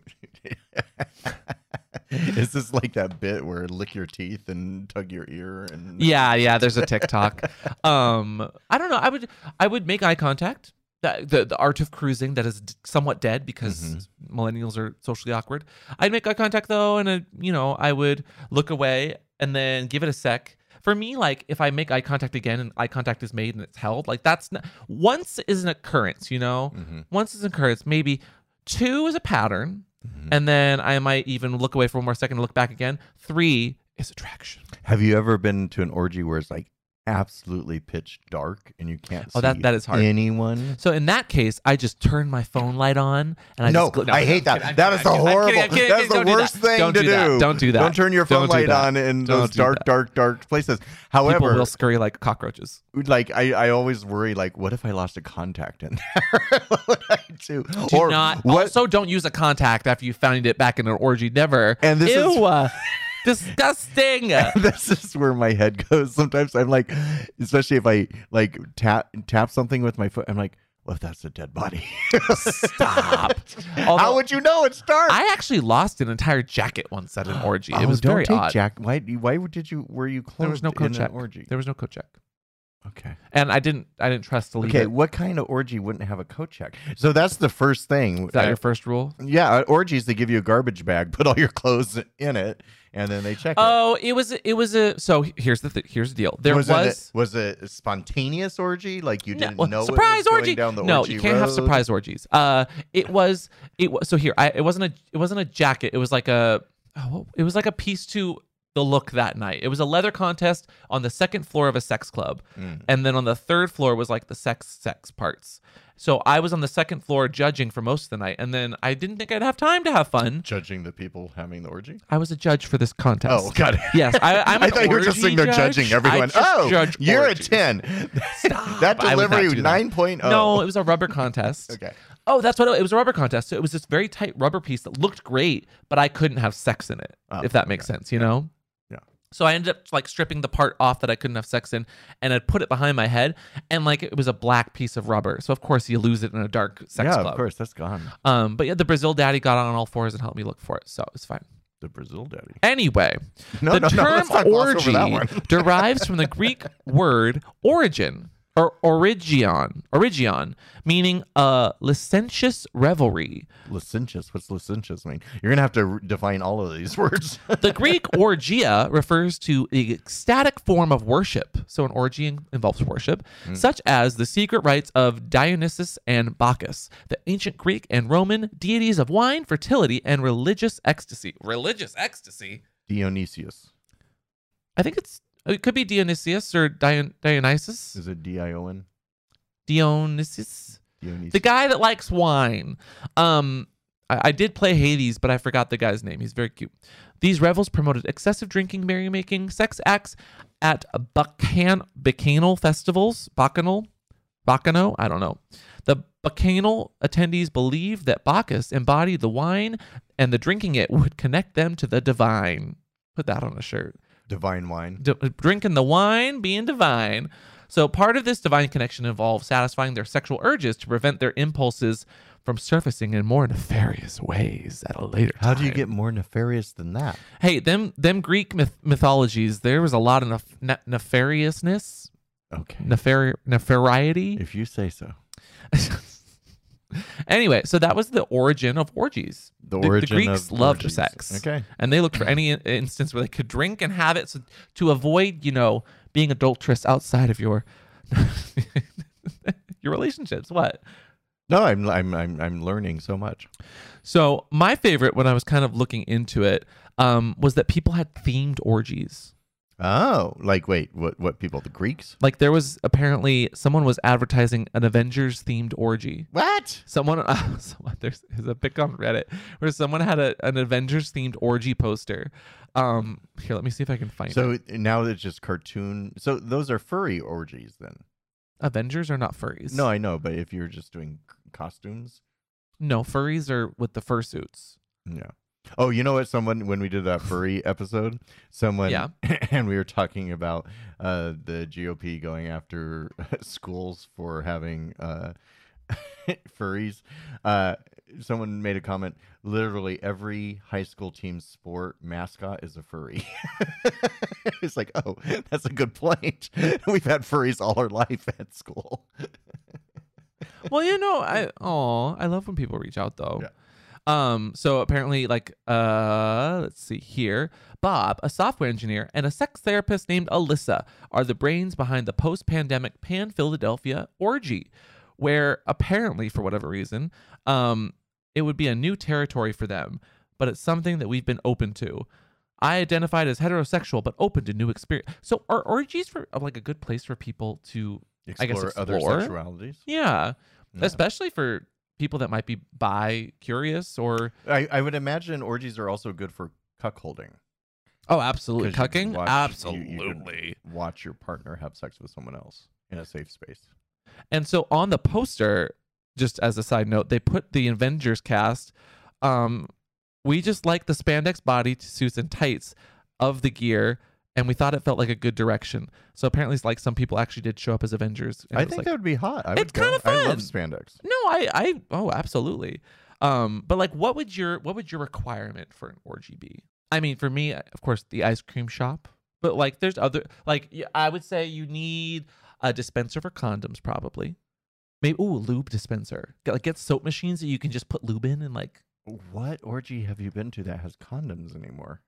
Speaker 2: Is this like that bit where lick your teeth and tug your ear and
Speaker 1: Yeah, yeah. There's a TikTok. um, I don't know. I would I would make eye contact. That, the the art of cruising that is d- somewhat dead because millennials are socially awkward. I'd make eye contact though, and uh you know I would look away and then give it a sec. For me, like if I make eye contact again and eye contact is made and it's held, like that's not, once is an occurrence, you know.
Speaker 2: Mm. Mm-hmm.
Speaker 1: Once is an occurrence, maybe two is a pattern,
Speaker 2: Mm. Mm-hmm.
Speaker 1: and then I might even look away for one more second, look back again. Three is attraction.
Speaker 2: Have you ever been to an orgy where it's like absolutely pitch dark and you can't
Speaker 1: Oh,
Speaker 2: see
Speaker 1: that- that is hard.
Speaker 2: anyone?
Speaker 1: So in that case, I just turn my phone light on and I
Speaker 2: no,
Speaker 1: just gl-
Speaker 2: I hate
Speaker 1: I'm
Speaker 2: that.
Speaker 1: kidding, I'm
Speaker 2: that is the
Speaker 1: kidding, I'm kidding, I'm
Speaker 2: horrible.
Speaker 1: kidding, I'm kidding, I'm
Speaker 2: That's
Speaker 1: kidding,
Speaker 2: the
Speaker 1: don't do
Speaker 2: worst
Speaker 1: that.
Speaker 2: thing
Speaker 1: Don't
Speaker 2: to
Speaker 1: do that.
Speaker 2: do.
Speaker 1: Don't do that.
Speaker 2: Don't turn your
Speaker 1: Don't
Speaker 2: phone
Speaker 1: do
Speaker 2: light
Speaker 1: that.
Speaker 2: on in
Speaker 1: Don't
Speaker 2: those
Speaker 1: do
Speaker 2: dark,
Speaker 1: that.
Speaker 2: dark, dark places. However,
Speaker 1: People will scurry like cockroaches.
Speaker 2: like I, I always worry, like, what if I lost a contact in there? what would I do?
Speaker 1: Do not. Also, don't use a contact after you find it back in an orgy. Never.
Speaker 2: And this
Speaker 1: Ew,
Speaker 2: is-
Speaker 1: uh, disgusting.
Speaker 2: this is where my head goes. Sometimes I'm like, especially if I like tap tap something with my foot, I'm like, Well, if that's a dead body,
Speaker 1: Stop.
Speaker 2: how
Speaker 1: Although-
Speaker 2: would you know it's dark?
Speaker 1: I actually lost an entire jacket once at an orgy.
Speaker 2: Oh,
Speaker 1: It was
Speaker 2: don't
Speaker 1: very
Speaker 2: take
Speaker 1: odd.
Speaker 2: Jack, why? Why did you? Were you clothed
Speaker 1: There was no coat
Speaker 2: in
Speaker 1: check.
Speaker 2: an orgy?
Speaker 1: There was no coat check,
Speaker 2: okay.
Speaker 1: and I didn't. I didn't trust to leave.
Speaker 2: Okay.
Speaker 1: it.
Speaker 2: What kind of orgy wouldn't have a coat check? So that's the first thing.
Speaker 1: Is that
Speaker 2: Uh,
Speaker 1: your first rule?
Speaker 2: yeah, uh, at orgies they give you a garbage bag, put all your clothes in it, and then they check it.
Speaker 1: Oh, it was. It was a. So here's the. Th- here's the deal. There was.
Speaker 2: was it, a- was it a spontaneous orgy? Like you didn't
Speaker 1: well,
Speaker 2: know
Speaker 1: surprise
Speaker 2: it was going
Speaker 1: orgy.
Speaker 2: down the
Speaker 1: no,
Speaker 2: orgy
Speaker 1: you can't have
Speaker 2: road?
Speaker 1: surprise orgies. Uh, it was it was so here. I it wasn't a it wasn't a jacket. It was like a oh, it was like a piece to the look that night. It was a leather contest on the second floor of a sex club,
Speaker 2: Mm.
Speaker 1: and then on the third floor was like the sex sex parts. So I was on the second floor judging for most of the night, and then I didn't think I'd have time to have fun.
Speaker 2: Judging the people having the orgy.
Speaker 1: I was a judge for this contest.
Speaker 2: Oh, got it.
Speaker 1: Yes, I, I'm
Speaker 2: I
Speaker 1: an
Speaker 2: thought you were just
Speaker 1: orgy
Speaker 2: sitting there
Speaker 1: judge.
Speaker 2: judging
Speaker 1: I
Speaker 2: everyone.
Speaker 1: just
Speaker 2: oh,
Speaker 1: judge
Speaker 2: you're
Speaker 1: orgies.
Speaker 2: a 10. that
Speaker 1: I would not
Speaker 2: delivery
Speaker 1: do that.
Speaker 2: 9.0.
Speaker 1: No, it was a rubber contest.
Speaker 2: Okay.
Speaker 1: Oh, that's what it, it was a rubber contest. So it was this very tight rubber piece that looked great, but I couldn't have sex in it,
Speaker 2: Oh,
Speaker 1: if that makes sense, you know?
Speaker 2: Yeah.
Speaker 1: So I ended up like stripping the part off that I couldn't have sex in, and I'd put it behind my head, and like it was a black piece of rubber. So of course you lose it in a dark sex
Speaker 2: yeah,
Speaker 1: club.
Speaker 2: of course. That's gone.
Speaker 1: Um, but yeah, the Brazil daddy got on all fours and helped me look for it, so it was fine.
Speaker 2: The Brazil daddy.
Speaker 1: Anyway,
Speaker 2: No,
Speaker 1: the
Speaker 2: no, no,
Speaker 1: term
Speaker 2: let's not gloss over
Speaker 1: orgy
Speaker 2: that one.
Speaker 1: derives from the Greek word origin or origion, origion, meaning a licentious revelry.
Speaker 2: Licentious. What's licentious mean? You're going to have to re- define all of these words.
Speaker 1: The Greek orgia refers to the ecstatic form of worship. So an orgy in- involves worship,
Speaker 2: Hmm.
Speaker 1: such as the secret rites of Dionysus and Bacchus, the ancient Greek and Roman deities of wine, fertility, and religious ecstasy. Religious ecstasy?
Speaker 2: Dionysius.
Speaker 1: I think it's it could be Dionysius or Dion- Dionysus.
Speaker 2: Is it D I O N?
Speaker 1: Dionysus.
Speaker 2: Dionysius.
Speaker 1: The guy that likes wine. Um, I, I did play Hades, but I forgot the guy's name. He's very cute. These revels promoted excessive drinking, merrymaking, sex acts at bacan- bacchanal festivals. Bacchanal? Bacchanal? I don't know. The bacchanal attendees believed that Bacchus embodied the wine and the drinking it would connect them to the divine. Put that on a shirt
Speaker 2: Divine wine.
Speaker 1: d- drinking the wine, being divine. So part of this divine connection involves satisfying their sexual urges to prevent their impulses from surfacing in more nefarious ways at a later time.
Speaker 2: How do you get more nefarious than that?
Speaker 1: Hey, them them Greek myth- mythologies. There was a lot of nef- ne- nefariousness,
Speaker 2: Okay.
Speaker 1: nefari- nefariety.
Speaker 2: If you say so.
Speaker 1: anyway, so that was the origin of orgies.
Speaker 2: The origin
Speaker 1: Greeks
Speaker 2: of
Speaker 1: loved
Speaker 2: orgies.
Speaker 1: sex.
Speaker 2: Okay.
Speaker 1: and they looked for any in- instance where they could drink and have it so, to avoid, you know, being adulterous outside of your your relationships. What?
Speaker 2: No, I'm, I'm, I'm, I'm learning so much.
Speaker 1: So my favorite when I was kind of looking into it um, was that people had themed orgies.
Speaker 2: Oh, like, wait, what, what people? The Greeks?
Speaker 1: Like there was apparently someone was advertising an Avengers themed orgy.
Speaker 2: What?
Speaker 1: Someone, uh, someone there's, there's a pic on Reddit where someone had a, an Avengers themed orgy poster. Um, here, let me see if I can find it.
Speaker 2: So now it's just cartoon. So those are furry orgies then.
Speaker 1: Avengers are not furries.
Speaker 2: No, I know, but if you're just doing c- costumes,
Speaker 1: no, furries are with the fursuits.
Speaker 2: yeah. Oh, you know what? Someone when we did that furry episode, someone
Speaker 1: Yeah.
Speaker 2: and we were talking about uh, the GOP going after schools for having uh, furries. Uh, someone made a comment. Literally every high school team sport mascot is a furry. it's like, oh, that's a good point. We've had furries all our life at school.
Speaker 1: well, you know, I oh, I love when people reach out though.
Speaker 2: Yeah.
Speaker 1: Um, so apparently, like, uh, let's see here. Bob, a software engineer, and a sex therapist named Alyssa are the brains behind the post pandemic Pan Philadelphia orgy, where apparently, for whatever reason, um, it would be a new territory for them, but it's something that we've been open to. I identified as heterosexual, but open to new experience. So, are orgies for like a good place for people to I guess
Speaker 2: other
Speaker 1: explore.
Speaker 2: sexualities.
Speaker 1: yeah,
Speaker 2: Yeah.
Speaker 1: especially for people that might be bi curious or
Speaker 2: I, I would imagine orgies are also good for cuckolding.
Speaker 1: oh, absolutely
Speaker 2: 'cause you can
Speaker 1: cucking,
Speaker 2: watch- you-
Speaker 1: absolutely.
Speaker 2: you can watch your partner have sex with someone else in a safe space.
Speaker 1: and so on the poster, just as a side note, they put the Avengers cast. Um, we just like the spandex body suits and tights of the gear and we thought it felt like a good direction. So apparently, it's like some people actually did show up as Avengers. and
Speaker 2: I
Speaker 1: it was
Speaker 2: think
Speaker 1: like-
Speaker 2: that would be hot. I would
Speaker 1: It's kinda
Speaker 2: go. I love
Speaker 1: fun.
Speaker 2: spandex.
Speaker 1: no, I, I, oh, absolutely. Um, but like, what would your, what would your requirement for an orgy be? I mean, for me, uh, of course, the ice cream shop. But like, there's other, like, y- I would say you need a dispenser for condoms, probably. Maybe ooh, lube dispenser. Get, like, get soap machines that you can just put lube in and like.
Speaker 2: What orgy have you been to that has condoms anymore?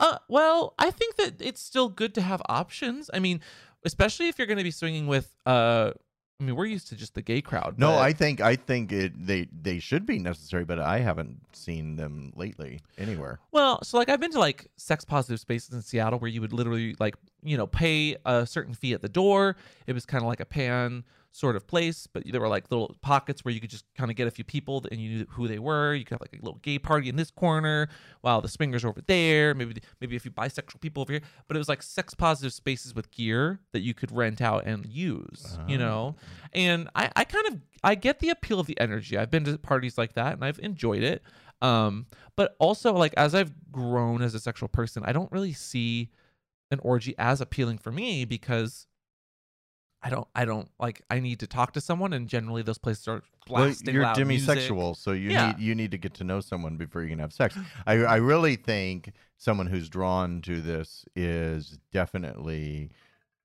Speaker 1: Uh, well, I think that it's still good to have options. I mean, especially if you're going to be swinging with, uh, I mean, we're used to just the gay crowd.
Speaker 2: No,
Speaker 1: but-
Speaker 2: I think I think it, they they should be necessary, but I haven't seen them lately anywhere.
Speaker 1: Well, so like I've been to like sex positive spaces in Seattle where you would literally like, you know, pay a certain fee at the door. It was kind of like a pan sort of place, but there were like little pockets where you could just kind of get a few people and you knew who they were. You could have like a little gay party in this corner while the swingers are over there. Maybe maybe a few bisexual people over here. But it was like sex positive spaces with gear that you could rent out and use, you know? And I, I kind of I get the appeal of the energy. I've been to parties like that and I've enjoyed it. Um, but also like as I've grown as a sexual person, I don't really see an orgy as appealing for me because I don't I don't like I need to talk to someone and generally those places are blasting
Speaker 2: well, you're
Speaker 1: loud music.
Speaker 2: demisexual, so you
Speaker 1: Yeah.
Speaker 2: need you need to get to know someone before you can have sex. I I really think someone who's drawn to this is definitely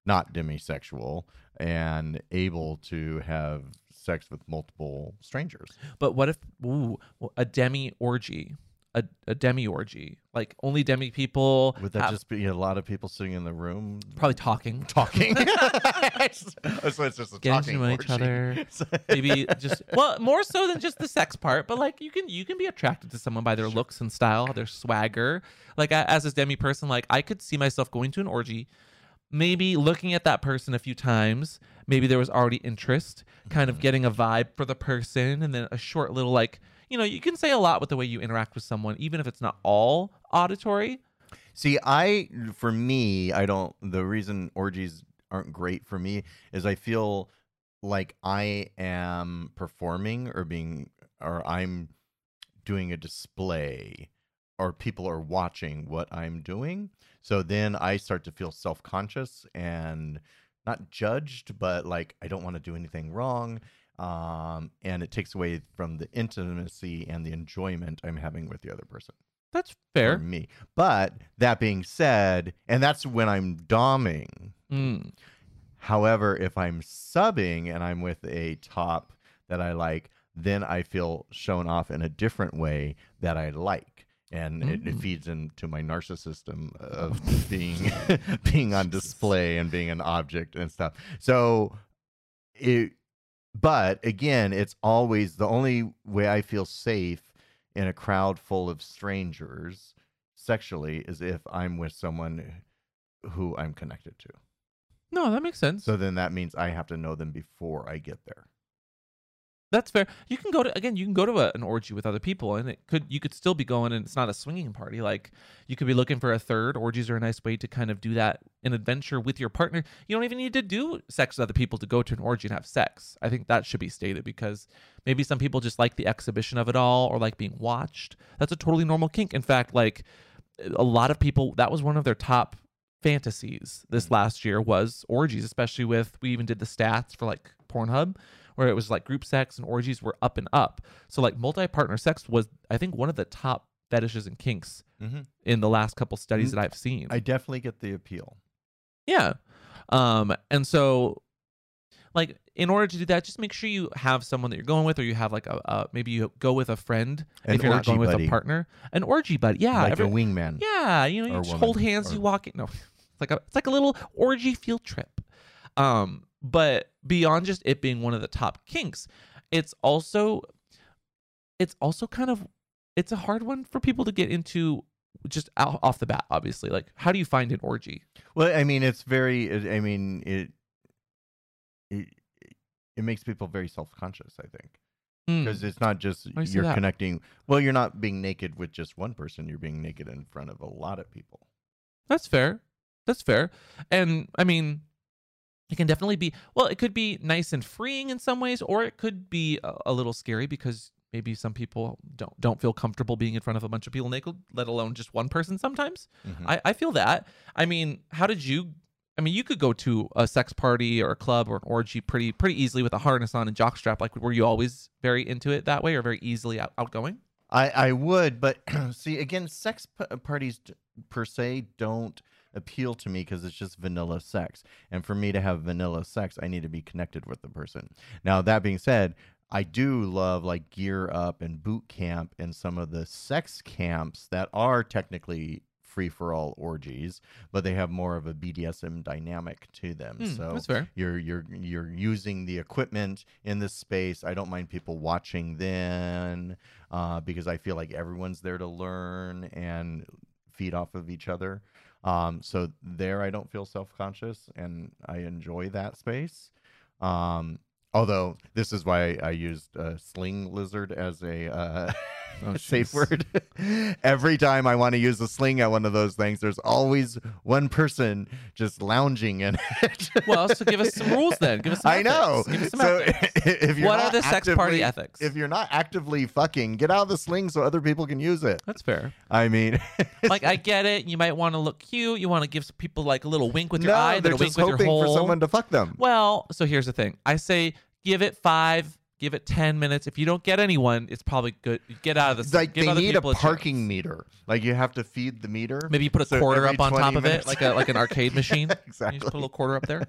Speaker 2: not demisexual and able to have sex with multiple strangers.
Speaker 1: But what if ooh, a demi orgy? A, a demi orgy. Like only demi people
Speaker 2: Would that
Speaker 1: have-
Speaker 2: just be a lot of people sitting in the room
Speaker 1: probably talking.
Speaker 2: talking? so it's just
Speaker 1: Getting
Speaker 2: a
Speaker 1: to
Speaker 2: talking
Speaker 1: know each
Speaker 2: orgy.
Speaker 1: other. Maybe just well, more so than just the sex part, but like you can you can be attracted to someone by their looks and style, their swagger. Like I, as this demi person, like I could see myself going to an orgy, maybe looking at that person a few times. Maybe there was already interest, kind of getting a vibe for the person, and then a short little like you know you can say a lot with the way you interact with someone, even if it's not all auditory.
Speaker 2: See, I for me, I don't. The reason orgies aren't great for me is I feel like I am performing or being or I'm doing a display or people are watching what I'm doing. So then I start to feel self-conscious and not judged, but like I don't want to do anything wrong. Um, and it takes away from the intimacy and the enjoyment I'm having with the other person
Speaker 1: That's
Speaker 2: for
Speaker 1: fair.
Speaker 2: me. But that being said, and that's when I'm doming.
Speaker 1: Mm.
Speaker 2: However, if I'm subbing and I'm with a top that I like, then I feel shown off in a different way that I like. And it, it feeds into my narcissism of being being on display and being an object and stuff. So it but again, it's always the only way I feel safe in a crowd full of strangers sexually is if I'm with someone who I'm connected to.
Speaker 1: No, that makes sense.
Speaker 2: So then that means I have to know them before I get there.
Speaker 1: That's fair. You can go to again. You can go to a, an orgy with other people, and it could you could still be going, and it's not a swinging party. Like you could be looking for a third. Orgies are a nice way to kind of do that an adventure with your partner. You don't even need to do sex with other people to go to an orgy and have sex. I think that should be stated because maybe some people just like the exhibition of it all, or like being watched. That's a totally normal kink. In fact, like a lot of people, that was one of their top fantasies this last year was orgies, especially with we even did the stats for like Pornhub, where it was like group sex and orgies were up and up. So like multi-partner sex was, I think, one of the top fetishes and kinks
Speaker 2: Mhm.
Speaker 1: in the last couple studies that I've seen.
Speaker 2: Mm-hmm. I definitely get the appeal.
Speaker 1: yeah, um, and so like in order to do that, just make sure you have someone that you're going with, or you have like a, a maybe you go with a friend
Speaker 2: An
Speaker 1: if you're not
Speaker 2: orgy
Speaker 1: going with
Speaker 2: buddy.
Speaker 1: a partner, an orgy buddy. Yeah,
Speaker 2: like
Speaker 1: every-
Speaker 2: a wingman.
Speaker 1: yeah, you know, you
Speaker 2: or
Speaker 1: just
Speaker 2: woman,
Speaker 1: hold hands,
Speaker 2: or-
Speaker 1: you walk it. No, it's like a it's like a little orgy field trip. Um, but beyond just it being one of the top kinks, it's also it's also kind of it's a hard one for people to get into just out, off the bat. Obviously, like how do you find an orgy?
Speaker 2: Well, I mean, it's very. It, I mean, it, it it makes people very self conscious. I think
Speaker 1: Hmm.
Speaker 2: because it's not just
Speaker 1: I see
Speaker 2: you're
Speaker 1: that.
Speaker 2: connecting. Well, you're not being naked with just one person. You're being naked in front of a lot of people.
Speaker 1: That's fair. That's fair. And I mean, it can definitely be, well, it could be nice and freeing in some ways, or it could be a, a little scary because maybe some people don't don't feel comfortable being in front of a bunch of people naked, let alone just one person sometimes.
Speaker 2: Mm.
Speaker 1: I, I feel that. I mean, how did you I mean, you could go to a sex party or a club or an orgy pretty pretty easily with a harness on and jockstrap. Like, were you always very into it that way, or very easily out, outgoing?
Speaker 2: I, I would, but see, again, sex p- uh, parties d- per se don't appeal to me because it's just vanilla sex. And for me to have vanilla sex, I need to be connected with the person. Now, that being said, I do love like gear up and boot camp and some of the sex camps that are technically free for all orgies, but they have more of a BDSM dynamic to them.
Speaker 1: Hmm,
Speaker 2: so
Speaker 1: that's fair.
Speaker 2: you're you're you're using the equipment in this space. I don't mind people watching then uh, because I feel like everyone's there to learn and feed off of each other. Um, so there, I don't feel self conscious, and I enjoy that space. Um, although this is why I used uh, sling lizard as a uh, safe word. Every time I want to use a sling at one of those things, there's always one person just lounging in it.
Speaker 1: Well, so give us some rules then. Give us. Some
Speaker 2: I know.
Speaker 1: ethics. Give us some
Speaker 2: so
Speaker 1: ethics.
Speaker 2: if you're
Speaker 1: What
Speaker 2: not
Speaker 1: are the sex party
Speaker 2: actively-
Speaker 1: ethics?
Speaker 2: If you're not actively fucking, get out of the sling so other people can use it.
Speaker 1: That's fair.
Speaker 2: I mean,
Speaker 1: Like, I get it. You might want to look cute. You want to give some people like a little wink with your
Speaker 2: no,
Speaker 1: eye, then
Speaker 2: they're
Speaker 1: a wink
Speaker 2: just
Speaker 1: with your
Speaker 2: hoping
Speaker 1: hole.
Speaker 2: for someone to fuck them.
Speaker 1: Well, so here's the thing. I say give it five, give it ten minutes. If you don't get anyone, it's probably good. Get out of this.
Speaker 2: It's like
Speaker 1: give
Speaker 2: they
Speaker 1: other
Speaker 2: need a
Speaker 1: people chance.
Speaker 2: parking meter. Like you have to feed the meter.
Speaker 1: Maybe you put a
Speaker 2: So
Speaker 1: quarter
Speaker 2: every
Speaker 1: up on
Speaker 2: 20
Speaker 1: top of it,
Speaker 2: minutes-
Speaker 1: like a like an arcade machine. You just put a
Speaker 2: exactly.
Speaker 1: little quarter up there.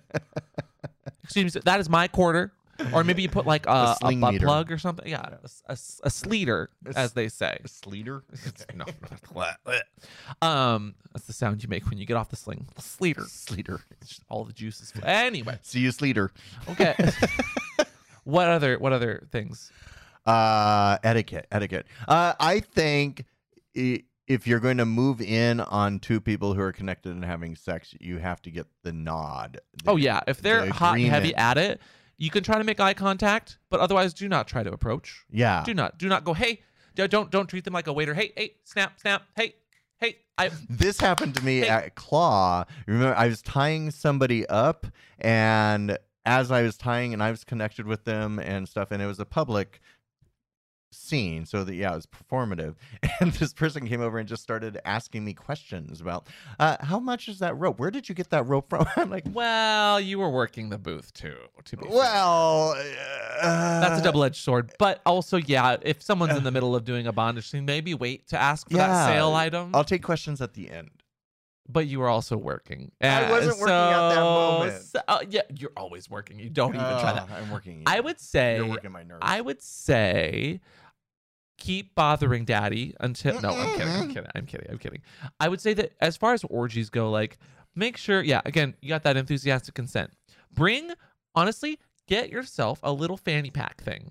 Speaker 1: Excuse me, sir, that is my quarter. Or maybe you put like uh, a, a,
Speaker 2: sling
Speaker 1: butt
Speaker 2: meter.
Speaker 1: plug or something. Yeah, a, a, a sleater, as they say.
Speaker 2: Sleater.
Speaker 1: no, um, that's the sound you make when you get off the sling. Sleater,
Speaker 2: Sleater.
Speaker 1: all the juices. Anyway,
Speaker 2: See you, Sleater.
Speaker 1: okay. what other what other things?
Speaker 2: Uh, etiquette. Etiquette. Uh, I think i- if you're going to move in on two people who are connected and having sex, you have to get the nod.
Speaker 1: Oh yeah, if they're
Speaker 2: the
Speaker 1: hot and heavy
Speaker 2: agreement.
Speaker 1: at it, you can try to make eye contact, but otherwise, do not try to approach.
Speaker 2: Yeah.
Speaker 1: Do not do not go. Hey, d- don't don't treat them like a waiter. Hey, hey, snap, snap. Hey, hey. I
Speaker 2: this happened to me
Speaker 1: Hey.
Speaker 2: at Claw. Remember, I was tying somebody up, and as I was tying, and I was connected with them and stuff, and it was a public scene, so that yeah, it was performative. And this person came over and just started asking me questions about uh, how much is that rope? Where did you get that rope from? I'm like,
Speaker 1: well, you were working the booth too. To be fair.
Speaker 2: well,
Speaker 1: That's a
Speaker 2: uh,
Speaker 1: double-edged sword, but also, yeah. If someone's in the middle of doing a bondage thing, maybe wait to ask for that
Speaker 2: Yeah.
Speaker 1: sale item.
Speaker 2: I'll take questions at the end.
Speaker 1: but you were also working.
Speaker 2: I
Speaker 1: Uh,
Speaker 2: wasn't working at that moment.
Speaker 1: so- uh, yeah, you're always working. You don't even try that.
Speaker 2: Ah, I'm working.
Speaker 1: I would say
Speaker 2: You're working my nerves.
Speaker 1: I would say keep bothering daddy until no, I'm kidding, I'm kidding, I'm kidding, I'm kidding. I would say that as far as orgies go, like make sure, yeah, again, you got that enthusiastic consent. Bring honestly, get yourself a little fanny pack thing.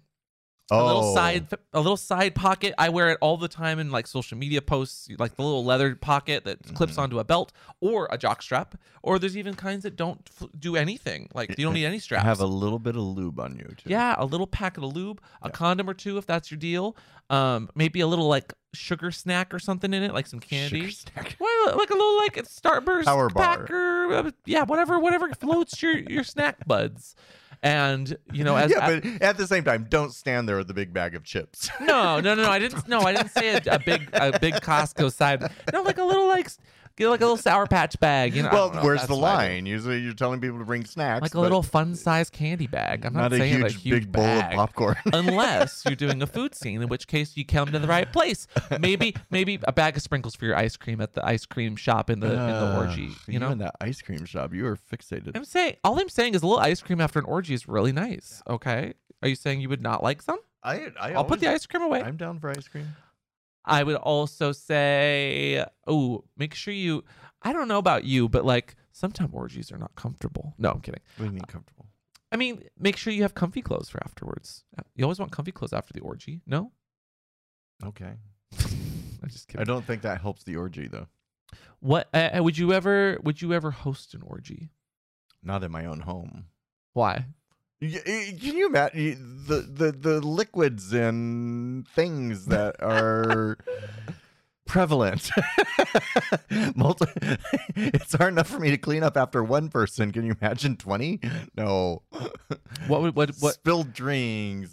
Speaker 1: A
Speaker 2: Oh.
Speaker 1: little side a little side pocket. I wear it all the time in like social media posts, like the little leather pocket that clips onto a belt or a jock strap. Or there's even kinds that don't f- do anything. Like you don't need any straps.
Speaker 2: have a little bit of lube on you too.
Speaker 1: Yeah, a little packet of lube, a condom or two if that's your deal. Um, maybe a little like sugar snack or something in it, like some candy.
Speaker 2: Sugar snack.
Speaker 1: Well, like a little like a Starburst
Speaker 2: Power bar.
Speaker 1: pack or uh, yeah, whatever, whatever floats your your snack buds. And you know, as
Speaker 2: yeah, but at the same time, don't stand there with a big bag of chips.
Speaker 1: no, no, no, no, I didn't. No, I didn't say a, a big a big Costco side. No, like a little like get like a little Sour Patch bag. You know, I
Speaker 2: well,
Speaker 1: don't know if
Speaker 2: where's
Speaker 1: that's
Speaker 2: the
Speaker 1: what I do.
Speaker 2: line? Usually, you're telling people to bring snacks,
Speaker 1: Like a
Speaker 2: but
Speaker 1: little fun size candy bag. I'm not,
Speaker 2: not, a
Speaker 1: saying
Speaker 2: huge,
Speaker 1: a huge
Speaker 2: big
Speaker 1: bag.
Speaker 2: bowl of popcorn.
Speaker 1: unless you're doing a food scene, in which case you come to the right place. Maybe maybe a bag of sprinkles for your ice cream at the ice cream shop in the in the orgy. You know,
Speaker 2: in Ah, that ice cream shop, you are fixated.
Speaker 1: I'm saying all I'm saying is a little ice cream after an orgy is really nice. Okay, are you saying you would not like some?
Speaker 2: I, I
Speaker 1: I'll put the
Speaker 2: always-
Speaker 1: ice cream away.
Speaker 2: I'm down for ice cream.
Speaker 1: I would also say, oh, make sure you. I don't know about you, but like sometimes orgies are not comfortable. No, I'm kidding.
Speaker 2: What do you mean comfortable?
Speaker 1: I mean, make sure you have comfy clothes for afterwards. You always want comfy clothes after the orgy. No,
Speaker 2: Okay,
Speaker 1: I'm just kidding.
Speaker 2: I don't think that helps the orgy though.
Speaker 1: What uh, uh, would you ever would you ever host an orgy?
Speaker 2: Not in my own home.
Speaker 1: Why?
Speaker 2: Y- y- Can you imagine the, the, the liquids and things that are prevalent? Multi- it's hard enough for me to clean up after one person. Can you imagine 20? No.
Speaker 1: What would what what
Speaker 2: Spilled drinks.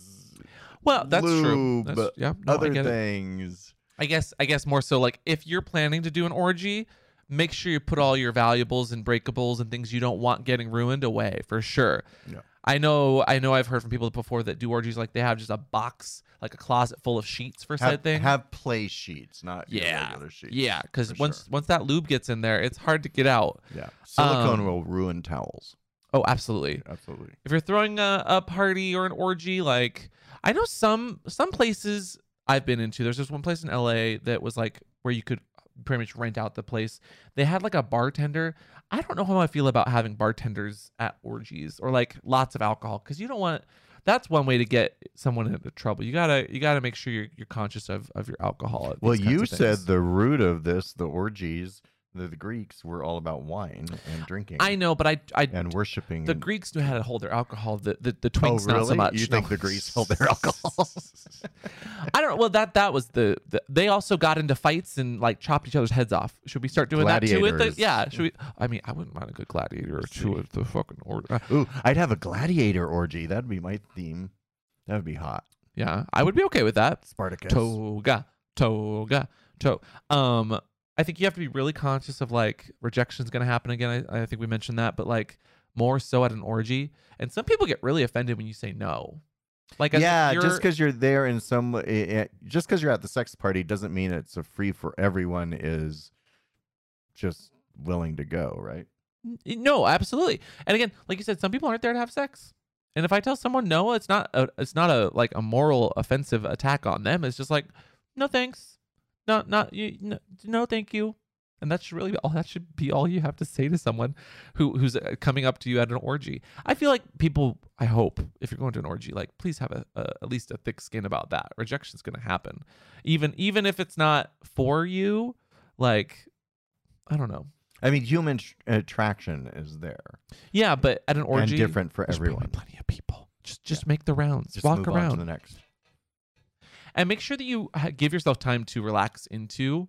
Speaker 1: Well, that's true.
Speaker 2: lube,
Speaker 1: That's, yeah, no,
Speaker 2: other
Speaker 1: I get it.
Speaker 2: things.
Speaker 1: I guess I guess more so like if you're planning to do an orgy, make sure you put all your valuables and breakables and things you don't want getting ruined away for sure.
Speaker 2: No.
Speaker 1: I know I know I've heard from people before that do orgies like they have just a box, like a closet full of sheets for said
Speaker 2: Have,
Speaker 1: thing.
Speaker 2: have play sheets, not your
Speaker 1: yeah.
Speaker 2: regular sheets.
Speaker 1: Yeah,
Speaker 2: for
Speaker 1: cuz
Speaker 2: sure.
Speaker 1: once once that lube gets in there, it's hard to get out.
Speaker 2: yeah, silicone
Speaker 1: Um,
Speaker 2: will ruin towels.
Speaker 1: Oh, absolutely.
Speaker 2: Absolutely.
Speaker 1: if you're throwing a, a party or an orgy like i know some some places i've been into there's this one place in la that was like where you could pretty much rent out the place they had like a bartender i don't know how i feel about having bartenders at orgies or like lots of alcohol because you don't want that's one way to get someone into trouble you gotta you gotta make sure you're, you're conscious of of your alcohol at
Speaker 2: Well,
Speaker 1: these kinds
Speaker 2: you
Speaker 1: of things.
Speaker 2: said the root of this, the orgies, the, the Greeks were all about wine and drinking
Speaker 1: i know but i i
Speaker 2: and worshiping.
Speaker 1: the
Speaker 2: and-
Speaker 1: greeks knew how to hold their alcohol the the, the
Speaker 2: Oh,
Speaker 1: twinks
Speaker 2: really?
Speaker 1: not so much
Speaker 2: You
Speaker 1: No.
Speaker 2: think the Greeks held their alcohol?
Speaker 1: I don't. Well, that that was the, the. They also got into fights and like chopped each other's heads off. Should we start doing that too? With
Speaker 2: Gladiators.
Speaker 1: the, yeah. Should we? I mean, I wouldn't mind a good gladiator or two with the fucking order.
Speaker 2: Ooh, I'd have a gladiator orgy. That'd be my theme. That'd be hot.
Speaker 1: Yeah, I would be okay with that.
Speaker 2: Spartacus.
Speaker 1: Toga, toga, to. Um, I think you have to be really conscious of like rejection's gonna happen again. I, I think we mentioned that, but like more so at an orgy. And some people get really offended when you say no. Like I think
Speaker 2: yeah,
Speaker 1: you're-
Speaker 2: just because you're there in some, eh, eh, just because you're at the sex party doesn't mean it's a free for everyone. Is just willing to go, right?
Speaker 1: No, absolutely. And again, like you said, some people aren't there to have sex. And if I tell someone no, it's not a, it's not a like a moral offensive attack on them. It's just like, no thanks, no, not you, no, no thank you. And that's really all that should be all you have to say to someone who who's uh, coming up to you at an orgy. I feel like people. I hope if you're going to an orgy, like please have a, a at least a thick skin about that. Rejection's going to happen, even even if it's not for you. Like, I don't know.
Speaker 2: I mean, human tr- attraction is there
Speaker 1: Yeah, but at an orgy,
Speaker 2: and different for
Speaker 1: There's probably
Speaker 2: everyone.
Speaker 1: plenty of people. Just just make the rounds.
Speaker 2: Just
Speaker 1: Walk
Speaker 2: move on to
Speaker 1: around
Speaker 2: the next.
Speaker 1: and make sure that you ha- give yourself time to relax into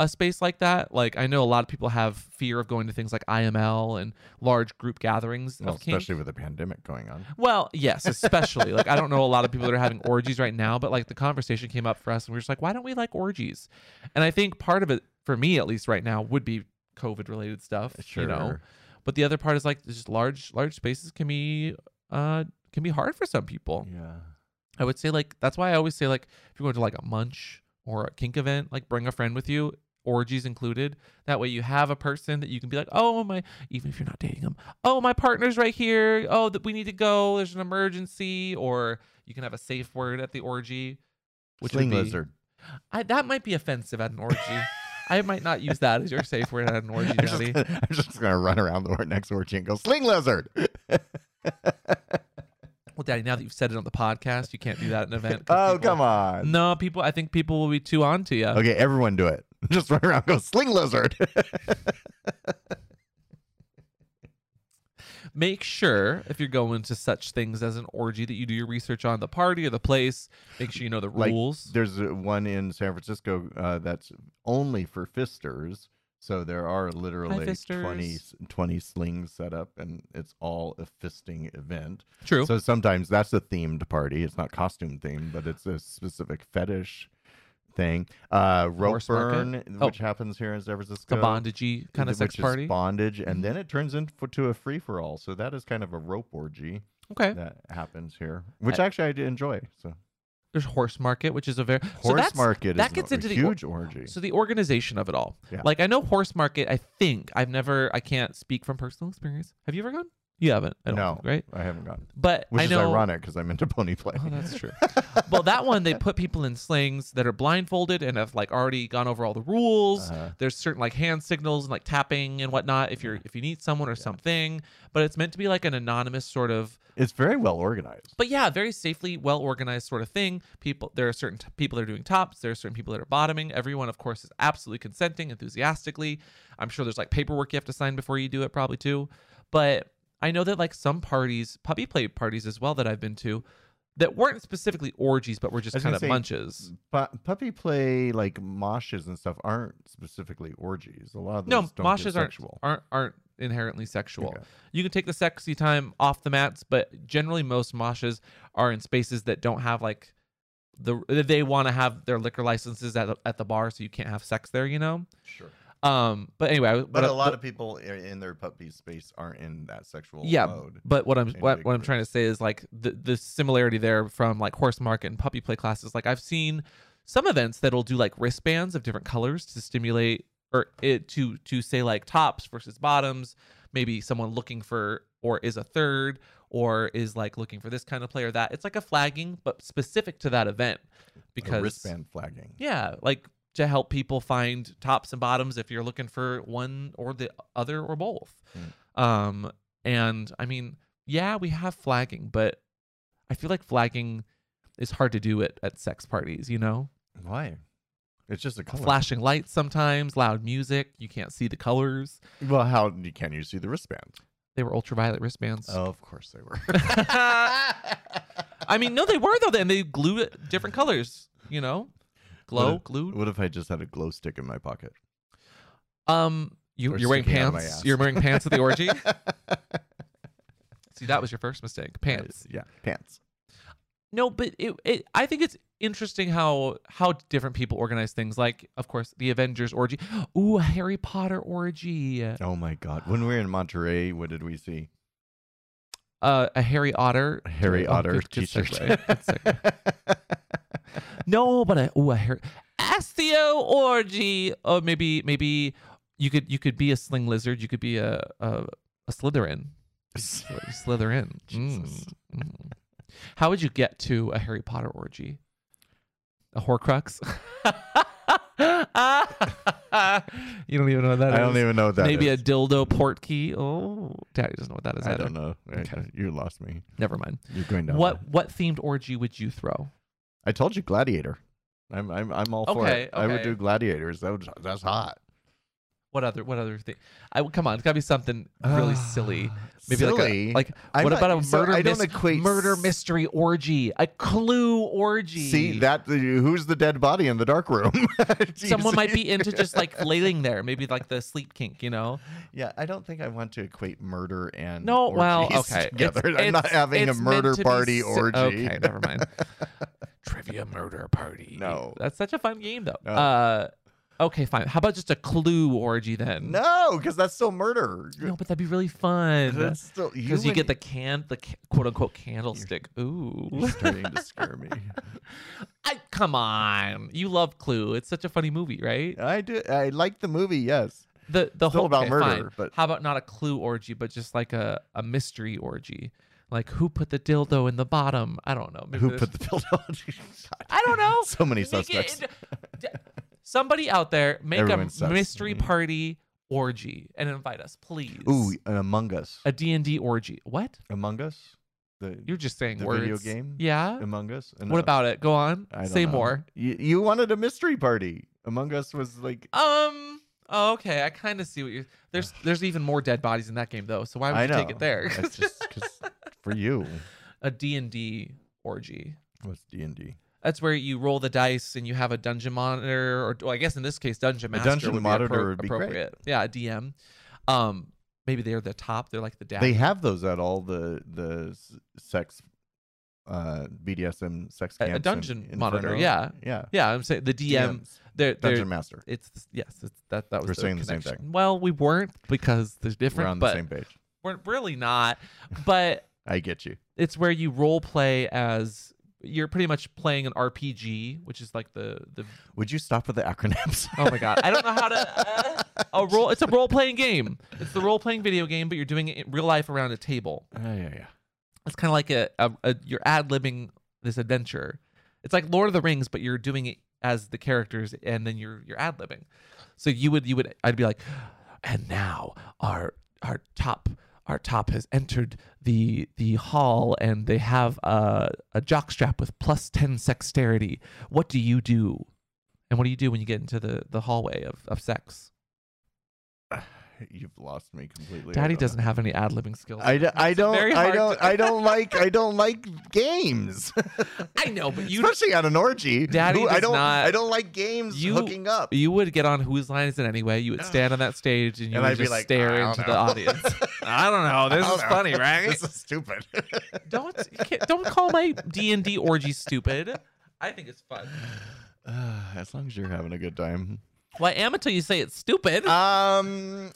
Speaker 1: a space like that. Like I know a lot of people have fear of going to things like IML and large group gatherings
Speaker 2: Well,
Speaker 1: of kink.
Speaker 2: especially with the pandemic going on.
Speaker 1: Well, yes, especially. like, I don't know a lot of people that are having orgies right now, but like the conversation came up for us and we were just like, why don't we like orgies? And I think part of it, for me at least right now, would be COVID related stuff. You know?
Speaker 2: Sure.
Speaker 1: But the other part is like just large, large spaces can be uh can be hard for some people.
Speaker 2: Yeah.
Speaker 1: I would say like that's why I always say like if you're going to like a munch or a kink event, like bring a friend with you, orgies included. That way you have a person that you can be like, oh my, even if you're not dating them, oh my partner's right here. Oh that we need to go. There's an emergency, or you can have a safe word at the orgy. Which would
Speaker 2: Sling
Speaker 1: be-
Speaker 2: lizard.
Speaker 1: I, that might be offensive at an orgy. I might not use that as your safe word at an orgy,
Speaker 2: I'm just,
Speaker 1: Daddy.
Speaker 2: gonna, I'm just gonna run around the next orgy and go sling lizard.
Speaker 1: Well, Daddy, now that you've said it on the podcast, you can't do that at an event.
Speaker 2: Oh come on.
Speaker 1: No, people. I think people will be too onto you.
Speaker 2: Okay, everyone do it. Just run around, and go sling lizard.
Speaker 1: make sure if you're going to such things as an orgy that you do your research on the party or the place. Make sure you know the
Speaker 2: Like,
Speaker 1: rules.
Speaker 2: There's uh, one in San Francisco uh, that's only for fisters. So there are literally 20,
Speaker 1: fisters.
Speaker 2: 20 slings set up, and it's all a fisting event.
Speaker 1: True.
Speaker 2: So sometimes that's a themed party. It's not costume themed, but it's a specific fetish thing. Uh, rope
Speaker 1: Horse
Speaker 2: burn,
Speaker 1: market? Oh.
Speaker 2: which happens here in San
Speaker 1: the
Speaker 2: Francisco.
Speaker 1: bondagey kind of
Speaker 2: which
Speaker 1: sex
Speaker 2: is
Speaker 1: party. Mm-hmm.
Speaker 2: bondage, and then it turns into a free for all. So that is kind of a rope orgy
Speaker 1: okay.
Speaker 2: that happens here, which actually I did enjoy. So
Speaker 1: There's horse market, which is a very so
Speaker 2: horse
Speaker 1: that's-
Speaker 2: market
Speaker 1: that
Speaker 2: is
Speaker 1: gets
Speaker 2: a
Speaker 1: into the or-
Speaker 2: huge orgy.
Speaker 1: So the organization of it all.
Speaker 2: Yeah.
Speaker 1: Like I know horse market. I think I've never. I can't speak from personal experience. Have you ever gone? You haven't. I don't
Speaker 2: no,
Speaker 1: think, right?
Speaker 2: I haven't gone.
Speaker 1: But
Speaker 2: Which
Speaker 1: I
Speaker 2: is
Speaker 1: know.
Speaker 2: ironic because I'm into pony play.
Speaker 1: Oh, that's true. well, that one they put people in slings that are blindfolded and have like already gone over all the rules.
Speaker 2: Uh-huh.
Speaker 1: There's certain like hand signals and like tapping and whatnot if you're if you need someone or something. But it's meant to be like an anonymous sort of
Speaker 2: It's very well organized.
Speaker 1: but yeah, very safely, well organized sort of thing. People, there are certain t- people that are doing tops. There are certain people that are bottoming. Everyone, of course, is absolutely consenting, enthusiastically. I'm sure there's like paperwork you have to sign before you do it, probably too. But I know that like some parties, puppy play parties as well that I've been to, that weren't specifically orgies, but were
Speaker 2: I
Speaker 1: just
Speaker 2: was
Speaker 1: kind
Speaker 2: gonna
Speaker 1: of
Speaker 2: say-
Speaker 1: munches.
Speaker 2: But puppy play, like moshes and stuff, aren't specifically orgies. A lot of
Speaker 1: No,
Speaker 2: those don't
Speaker 1: moshes
Speaker 2: get
Speaker 1: aren't
Speaker 2: sexual.
Speaker 1: aren't aren't inherently sexual.
Speaker 2: Okay.
Speaker 1: You can take the sexy time off the mats, but generally most moshes are in spaces that don't have like the they want to have their liquor licenses at, the- at the bar, so you can't have sex there. You know.
Speaker 2: Sure.
Speaker 1: Um, but anyway, I-
Speaker 2: But
Speaker 1: what I-
Speaker 2: a lot
Speaker 1: but-
Speaker 2: of people i- in their puppy space aren't in that sexual
Speaker 1: yeah.
Speaker 2: mode.
Speaker 1: But what I'm
Speaker 2: in
Speaker 1: what,
Speaker 2: big
Speaker 1: what I'm
Speaker 2: groups.
Speaker 1: trying to say is like the the similarity there from like horse market and puppy play classes. Like I've seen some events that'll do like wristbands of different colors to stimulate or it to to say like tops versus bottoms. Maybe someone looking for or is a third or is like looking for this kind of play or that. It's like a flagging, but specific to that event
Speaker 2: A
Speaker 1: because
Speaker 2: wristband flagging.
Speaker 1: yeah, like to help people find tops and bottoms if you're looking for one or the other or both. Um, and I mean, yeah, we have flagging, but I feel like flagging is hard to do it at sex parties, you know?
Speaker 2: Why? It's just a color.
Speaker 1: Flashing lights sometimes, loud music, you can't see the colors.
Speaker 2: Well, how d- can you see the wristband?
Speaker 1: They were ultraviolet wristbands.
Speaker 2: of course they were.
Speaker 1: I mean, no, they were though then. They glued it different colors, you know? Glow,
Speaker 2: What if-
Speaker 1: glued.
Speaker 2: What if I just had a glow stick in my pocket?
Speaker 1: Um, you,
Speaker 2: Or
Speaker 1: you're wearing
Speaker 2: sticking out of my
Speaker 1: pants.
Speaker 2: ass.
Speaker 1: You're wearing pants at the orgy. See, that was your first mistake. Pants.
Speaker 2: Uh, Yeah, pants.
Speaker 1: No, but it, it. I think it's interesting how how different people organize things. Like, of course, the Avengers orgy. Ooh, a Harry Potter orgy.
Speaker 2: Oh my god! When we were in Monterey, what did we see?
Speaker 1: Uh, a Harry Otter.
Speaker 2: A Harry
Speaker 1: Oh,
Speaker 2: Otter
Speaker 1: good- good
Speaker 2: T-shirt.
Speaker 1: segue. Good segue. no, but a, ooh, a Harry Astio orgy. Or oh, maybe maybe you could you could be a sling lizard. You could be a a, a Slytherin. Sly- Slytherin. Mm.
Speaker 2: Jesus.
Speaker 1: Mm. How would you get to a Harry Potter orgy? A Horcrux? you don't even know what that
Speaker 2: I don't
Speaker 1: is.
Speaker 2: even know what that
Speaker 1: Maybe
Speaker 2: is.
Speaker 1: a dildo port key. Oh, Daddy doesn't know what that is
Speaker 2: I
Speaker 1: either.
Speaker 2: don't know.
Speaker 1: Okay.
Speaker 2: You lost me.
Speaker 1: Never mind.
Speaker 2: You're going down.
Speaker 1: What what themed orgy would you throw?
Speaker 2: I told you, Gladiator. I'm I'm I'm all for
Speaker 1: Okay,
Speaker 2: it. I would
Speaker 1: okay.
Speaker 2: do gladiators. That would, that's hot.
Speaker 1: What other what other thing? I come on. It's gotta be something really silly. Maybe
Speaker 2: Ah, Silly?
Speaker 1: like a, like
Speaker 2: I'm
Speaker 1: what
Speaker 2: not-
Speaker 1: about a
Speaker 2: so
Speaker 1: murder
Speaker 2: I don't
Speaker 1: mys-
Speaker 2: equate
Speaker 1: murder
Speaker 2: s-
Speaker 1: mystery orgy? A clue orgy.
Speaker 2: See that who's the dead body in the dark room?
Speaker 1: someone
Speaker 2: Jeez.
Speaker 1: might be into just like laying there, maybe like the sleep kink, you know?
Speaker 2: Yeah, I don't think I want to equate murder and
Speaker 1: No, well,
Speaker 2: orgies
Speaker 1: okay.
Speaker 2: Together.
Speaker 1: It's-
Speaker 2: I'm not
Speaker 1: it's-
Speaker 2: having a
Speaker 1: it's meant
Speaker 2: murder
Speaker 1: to be
Speaker 2: party
Speaker 1: si-
Speaker 2: orgy.
Speaker 1: Okay, never mind. Trivia murder party.
Speaker 2: No.
Speaker 1: that's such a fun game though.
Speaker 2: No.
Speaker 1: Uh, okay, fine. How about just a clue orgy then?
Speaker 2: No, because that's still murder.
Speaker 1: No, but that'd be really fun.
Speaker 2: That's
Speaker 1: Because
Speaker 2: still
Speaker 1: you,
Speaker 2: and-
Speaker 1: get the can, the ca- quote unquote candlestick. Ooh,
Speaker 2: You're starting to scare me.
Speaker 1: I, come on. You love Clue. It's such a funny movie, right?
Speaker 2: I do. I like the movie. Yes.
Speaker 1: the the
Speaker 2: Still
Speaker 1: whole
Speaker 2: about
Speaker 1: okay, fine.
Speaker 2: murder, but-
Speaker 1: how about not a clue orgy, but just like a, a mystery orgy? Like who put the dildo in the bottom? I don't know. Maybe
Speaker 2: Who
Speaker 1: there's-
Speaker 2: put the pill on? God.
Speaker 1: I don't know.
Speaker 2: So many
Speaker 1: Make it-
Speaker 2: suspects.
Speaker 1: d- somebody out there make
Speaker 2: Everyone's
Speaker 1: a
Speaker 2: sus.
Speaker 1: mystery
Speaker 2: Mhm.
Speaker 1: party orgy and invite us, please.
Speaker 2: Ooh, an Among Us.
Speaker 1: A D and D orgy. What?
Speaker 2: Among Us. The
Speaker 1: You're just saying
Speaker 2: The
Speaker 1: words.
Speaker 2: video game?
Speaker 1: Yeah.
Speaker 2: Among Us. And uh,
Speaker 1: What about it? Go on.
Speaker 2: I don't
Speaker 1: Say
Speaker 2: know.
Speaker 1: more.
Speaker 2: You, you wanted a mystery party. Among Us was like.
Speaker 1: Um. oh, okay. I kind of see what you're. There's there's even more dead bodies in that game though. So why would
Speaker 2: I
Speaker 1: you
Speaker 2: know.
Speaker 1: take it there?
Speaker 2: That's just 'cause- for you.
Speaker 1: a D and D orgy.
Speaker 2: What's D and D?
Speaker 1: That's where you roll the dice and you have a dungeon monitor, or well, I guess in this case, dungeon
Speaker 2: A
Speaker 1: master.
Speaker 2: dungeon
Speaker 1: would
Speaker 2: monitor
Speaker 1: be appro-
Speaker 2: would be great.
Speaker 1: appropriate. Yeah, a DM. Um, maybe they're the top. They're like the dad.
Speaker 2: They have those at all the the s- sex, uh, BDSM sex
Speaker 1: A- a
Speaker 2: camps. in
Speaker 1: dungeon monitor,
Speaker 2: Inferno.
Speaker 1: yeah.
Speaker 2: Yeah.
Speaker 1: yeah, I'm saying the DM.
Speaker 2: DMs.
Speaker 1: They're, they're
Speaker 2: Dungeon Master.
Speaker 1: It's yes, it's, that that was
Speaker 2: We're
Speaker 1: the
Speaker 2: saying the same
Speaker 1: connection.
Speaker 2: thing.
Speaker 1: Well, we weren't because there's
Speaker 2: We're
Speaker 1: different,
Speaker 2: on
Speaker 1: but
Speaker 2: the same page.
Speaker 1: we're really not. But
Speaker 2: I get you.
Speaker 1: it's where you role play as you're pretty much playing an RPG, which is like the the
Speaker 2: Would you stop with the acronyms?
Speaker 1: Oh my god, I don't know how to. Uh, a role. It's a role playing game. It's the role playing video game, but you're doing it in real life around a table.
Speaker 2: yeah, yeah,
Speaker 1: It's kind of like a, a, a you're ad libbing this adventure. It's like Lord of the Rings, but you're doing it as the characters, and then you're you're ad libbing. So you would you would I'd be like, and now our our top our top has entered the the hall, and they have a a jockstrap with plus ten sexterity. What do you do? And what do you do when you get into the the hallway of of sex?
Speaker 2: yeah. You've lost me completely. I
Speaker 1: Daddy
Speaker 2: don't know.
Speaker 1: doesn't have any ad libbing skills.
Speaker 2: I, d- I don't
Speaker 1: very
Speaker 2: I
Speaker 1: hard
Speaker 2: don't
Speaker 1: to-
Speaker 2: I don't like I don't like games.
Speaker 1: I know, but you
Speaker 2: Especially at an orgy.
Speaker 1: Daddy
Speaker 2: Who- I
Speaker 1: does
Speaker 2: don't
Speaker 1: not-
Speaker 2: I don't like games
Speaker 1: You-
Speaker 2: hooking up.
Speaker 1: you would get on whose line is it anyway? You would stand on that stage and you
Speaker 2: And
Speaker 1: would
Speaker 2: I'd be
Speaker 1: just
Speaker 2: like, "I
Speaker 1: stare
Speaker 2: don't
Speaker 1: into
Speaker 2: know."
Speaker 1: the audience. I don't know. This
Speaker 2: I don't
Speaker 1: is
Speaker 2: know.
Speaker 1: funny, right?
Speaker 2: This is stupid.
Speaker 1: don't you can't- don't call my D and D orgy stupid. I think it's fun.
Speaker 2: Uh, as long as you're having a good time.
Speaker 1: Well, I am until you say it's stupid.
Speaker 2: Uh, Um,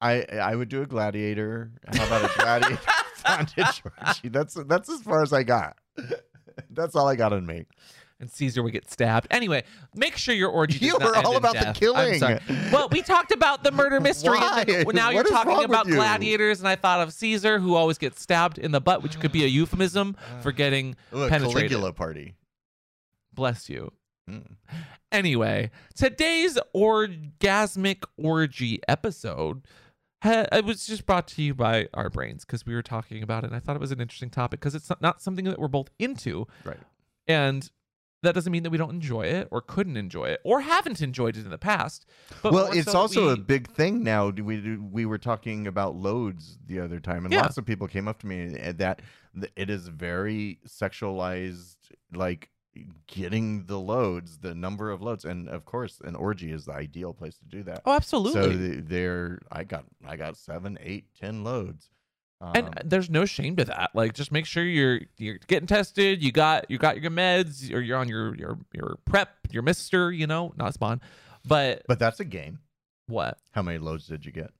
Speaker 2: I I would do a gladiator. How about a gladiator? founded Georgie. That's that's as far as I got. That's all I got in me.
Speaker 1: and Caesar would get stabbed. Anyway, make sure your orgy. does
Speaker 2: You
Speaker 1: not
Speaker 2: were
Speaker 1: end
Speaker 2: all
Speaker 1: in
Speaker 2: about the
Speaker 1: death. I'm
Speaker 2: killing.
Speaker 1: sorry. Well, we talked about the murder mystery.
Speaker 2: Why?
Speaker 1: And then, well, now
Speaker 2: What
Speaker 1: you're
Speaker 2: is wrong
Speaker 1: talking
Speaker 2: with
Speaker 1: about
Speaker 2: you?
Speaker 1: gladiators, and I thought of Caesar, who always gets stabbed in the butt, which could be a euphemism for getting
Speaker 2: Ooh, a
Speaker 1: penetrated.
Speaker 2: Caligula party.
Speaker 1: Bless you.
Speaker 2: Mm.
Speaker 1: Anyway, today's orgasmic orgy episode. ha- It was just brought to you by our brains because we were talking about it, and I thought it was an interesting topic because it's not- not something that we're both into.
Speaker 2: Right.
Speaker 1: And that doesn't mean that we don't enjoy it or couldn't enjoy it or haven't enjoyed it in the past. But
Speaker 2: well,
Speaker 1: more so
Speaker 2: it's
Speaker 1: that
Speaker 2: also a
Speaker 1: we-
Speaker 2: big thing now. Do We do- we were talking about loads the other time, and
Speaker 1: Yeah.
Speaker 2: lots of people came up to me and that th- it is very sexualized, like getting the loads, the number of loads, and of course, an orgy is the ideal place to do that.
Speaker 1: Oh, absolutely.
Speaker 2: So th- there, I got I got seven, eight, ten loads. Um,
Speaker 1: and uh, there's no shame to that. Like, just make sure you're you're getting tested. You got you got your meds, or you're on your your your prep, your mister. You know, not spawn. But
Speaker 2: but that's a game.
Speaker 1: what?
Speaker 2: How many loads did you get?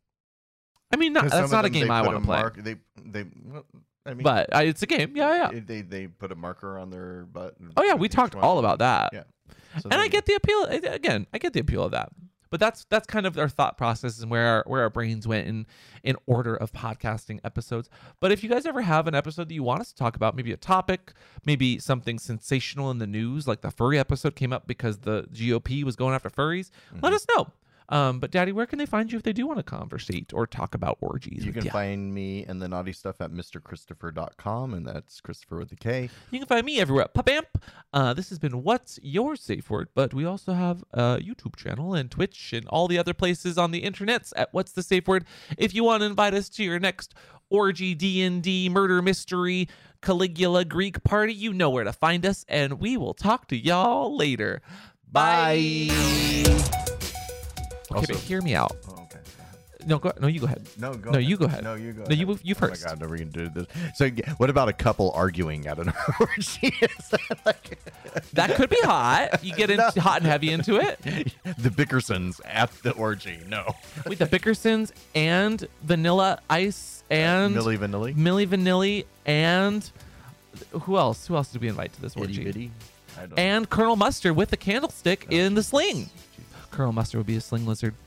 Speaker 1: I mean, not,
Speaker 2: 'Cause some
Speaker 1: that's
Speaker 2: of
Speaker 1: not a
Speaker 2: them, they
Speaker 1: game I
Speaker 2: put
Speaker 1: want to play.
Speaker 2: Mark, they they, well, I mean,
Speaker 1: but I, it's a game. Yeah, yeah.
Speaker 2: it- They they put a marker on their butt. and-
Speaker 1: Oh yeah,
Speaker 2: and
Speaker 1: we
Speaker 2: each
Speaker 1: talked
Speaker 2: one.
Speaker 1: all about that.
Speaker 2: Yeah. So
Speaker 1: and
Speaker 2: there
Speaker 1: I
Speaker 2: you go.
Speaker 1: get the appeal I- again. I get the appeal of that, but that's that's kind of our thought process and where our, where our brains went in in order of podcasting episodes. But if you guys ever have an episode that you want us to talk about, maybe a topic, maybe something sensational in the news, like the furry episode came up because the GOP was going after furries,
Speaker 2: Mm-hmm.
Speaker 1: let us know. Um, but Daddy, where can they find you if they do want to conversate or talk about orgies?
Speaker 2: You
Speaker 1: with
Speaker 2: can
Speaker 1: ya?
Speaker 2: find me and the naughty stuff at mrchristopher.com, and that's Christopher with a K.
Speaker 1: You can find me everywhere at PupAmp. Uh, this has been What's Your Safe Word, but we also have a YouTube channel and Twitch and all the other places on the internets at What's the Safe Word. If you want to invite us to your next orgy, D&D, murder mystery, Caligula Greek party, you know where to find us, and we will talk to y'all later. Bye. Okay,
Speaker 2: Also-
Speaker 1: but hear me out.
Speaker 2: Oh, okay.
Speaker 1: No, go, no, you go ahead.
Speaker 2: No, go.
Speaker 1: No, you go ahead.
Speaker 2: No, you go.
Speaker 1: No, you-
Speaker 2: ahead.
Speaker 1: you first.
Speaker 2: Oh my god, no, we can do this. So, g- what about a couple arguing at an orgy? Is that like-
Speaker 1: That could be hot. You get in,
Speaker 2: No.
Speaker 1: hot and heavy into it.
Speaker 2: the Bickersons at the orgy? No.
Speaker 1: Wait, the Bickersons and Vanilla Ice and
Speaker 2: Millie Vanilli.
Speaker 1: Millie Vanilli and who else? Who else did we invite to this orgy?
Speaker 2: Itty bitty. Oh, I don't know.
Speaker 1: And Colonel Mustard with the candlestick in the sling. Colonel Mustard would be a sling lizard.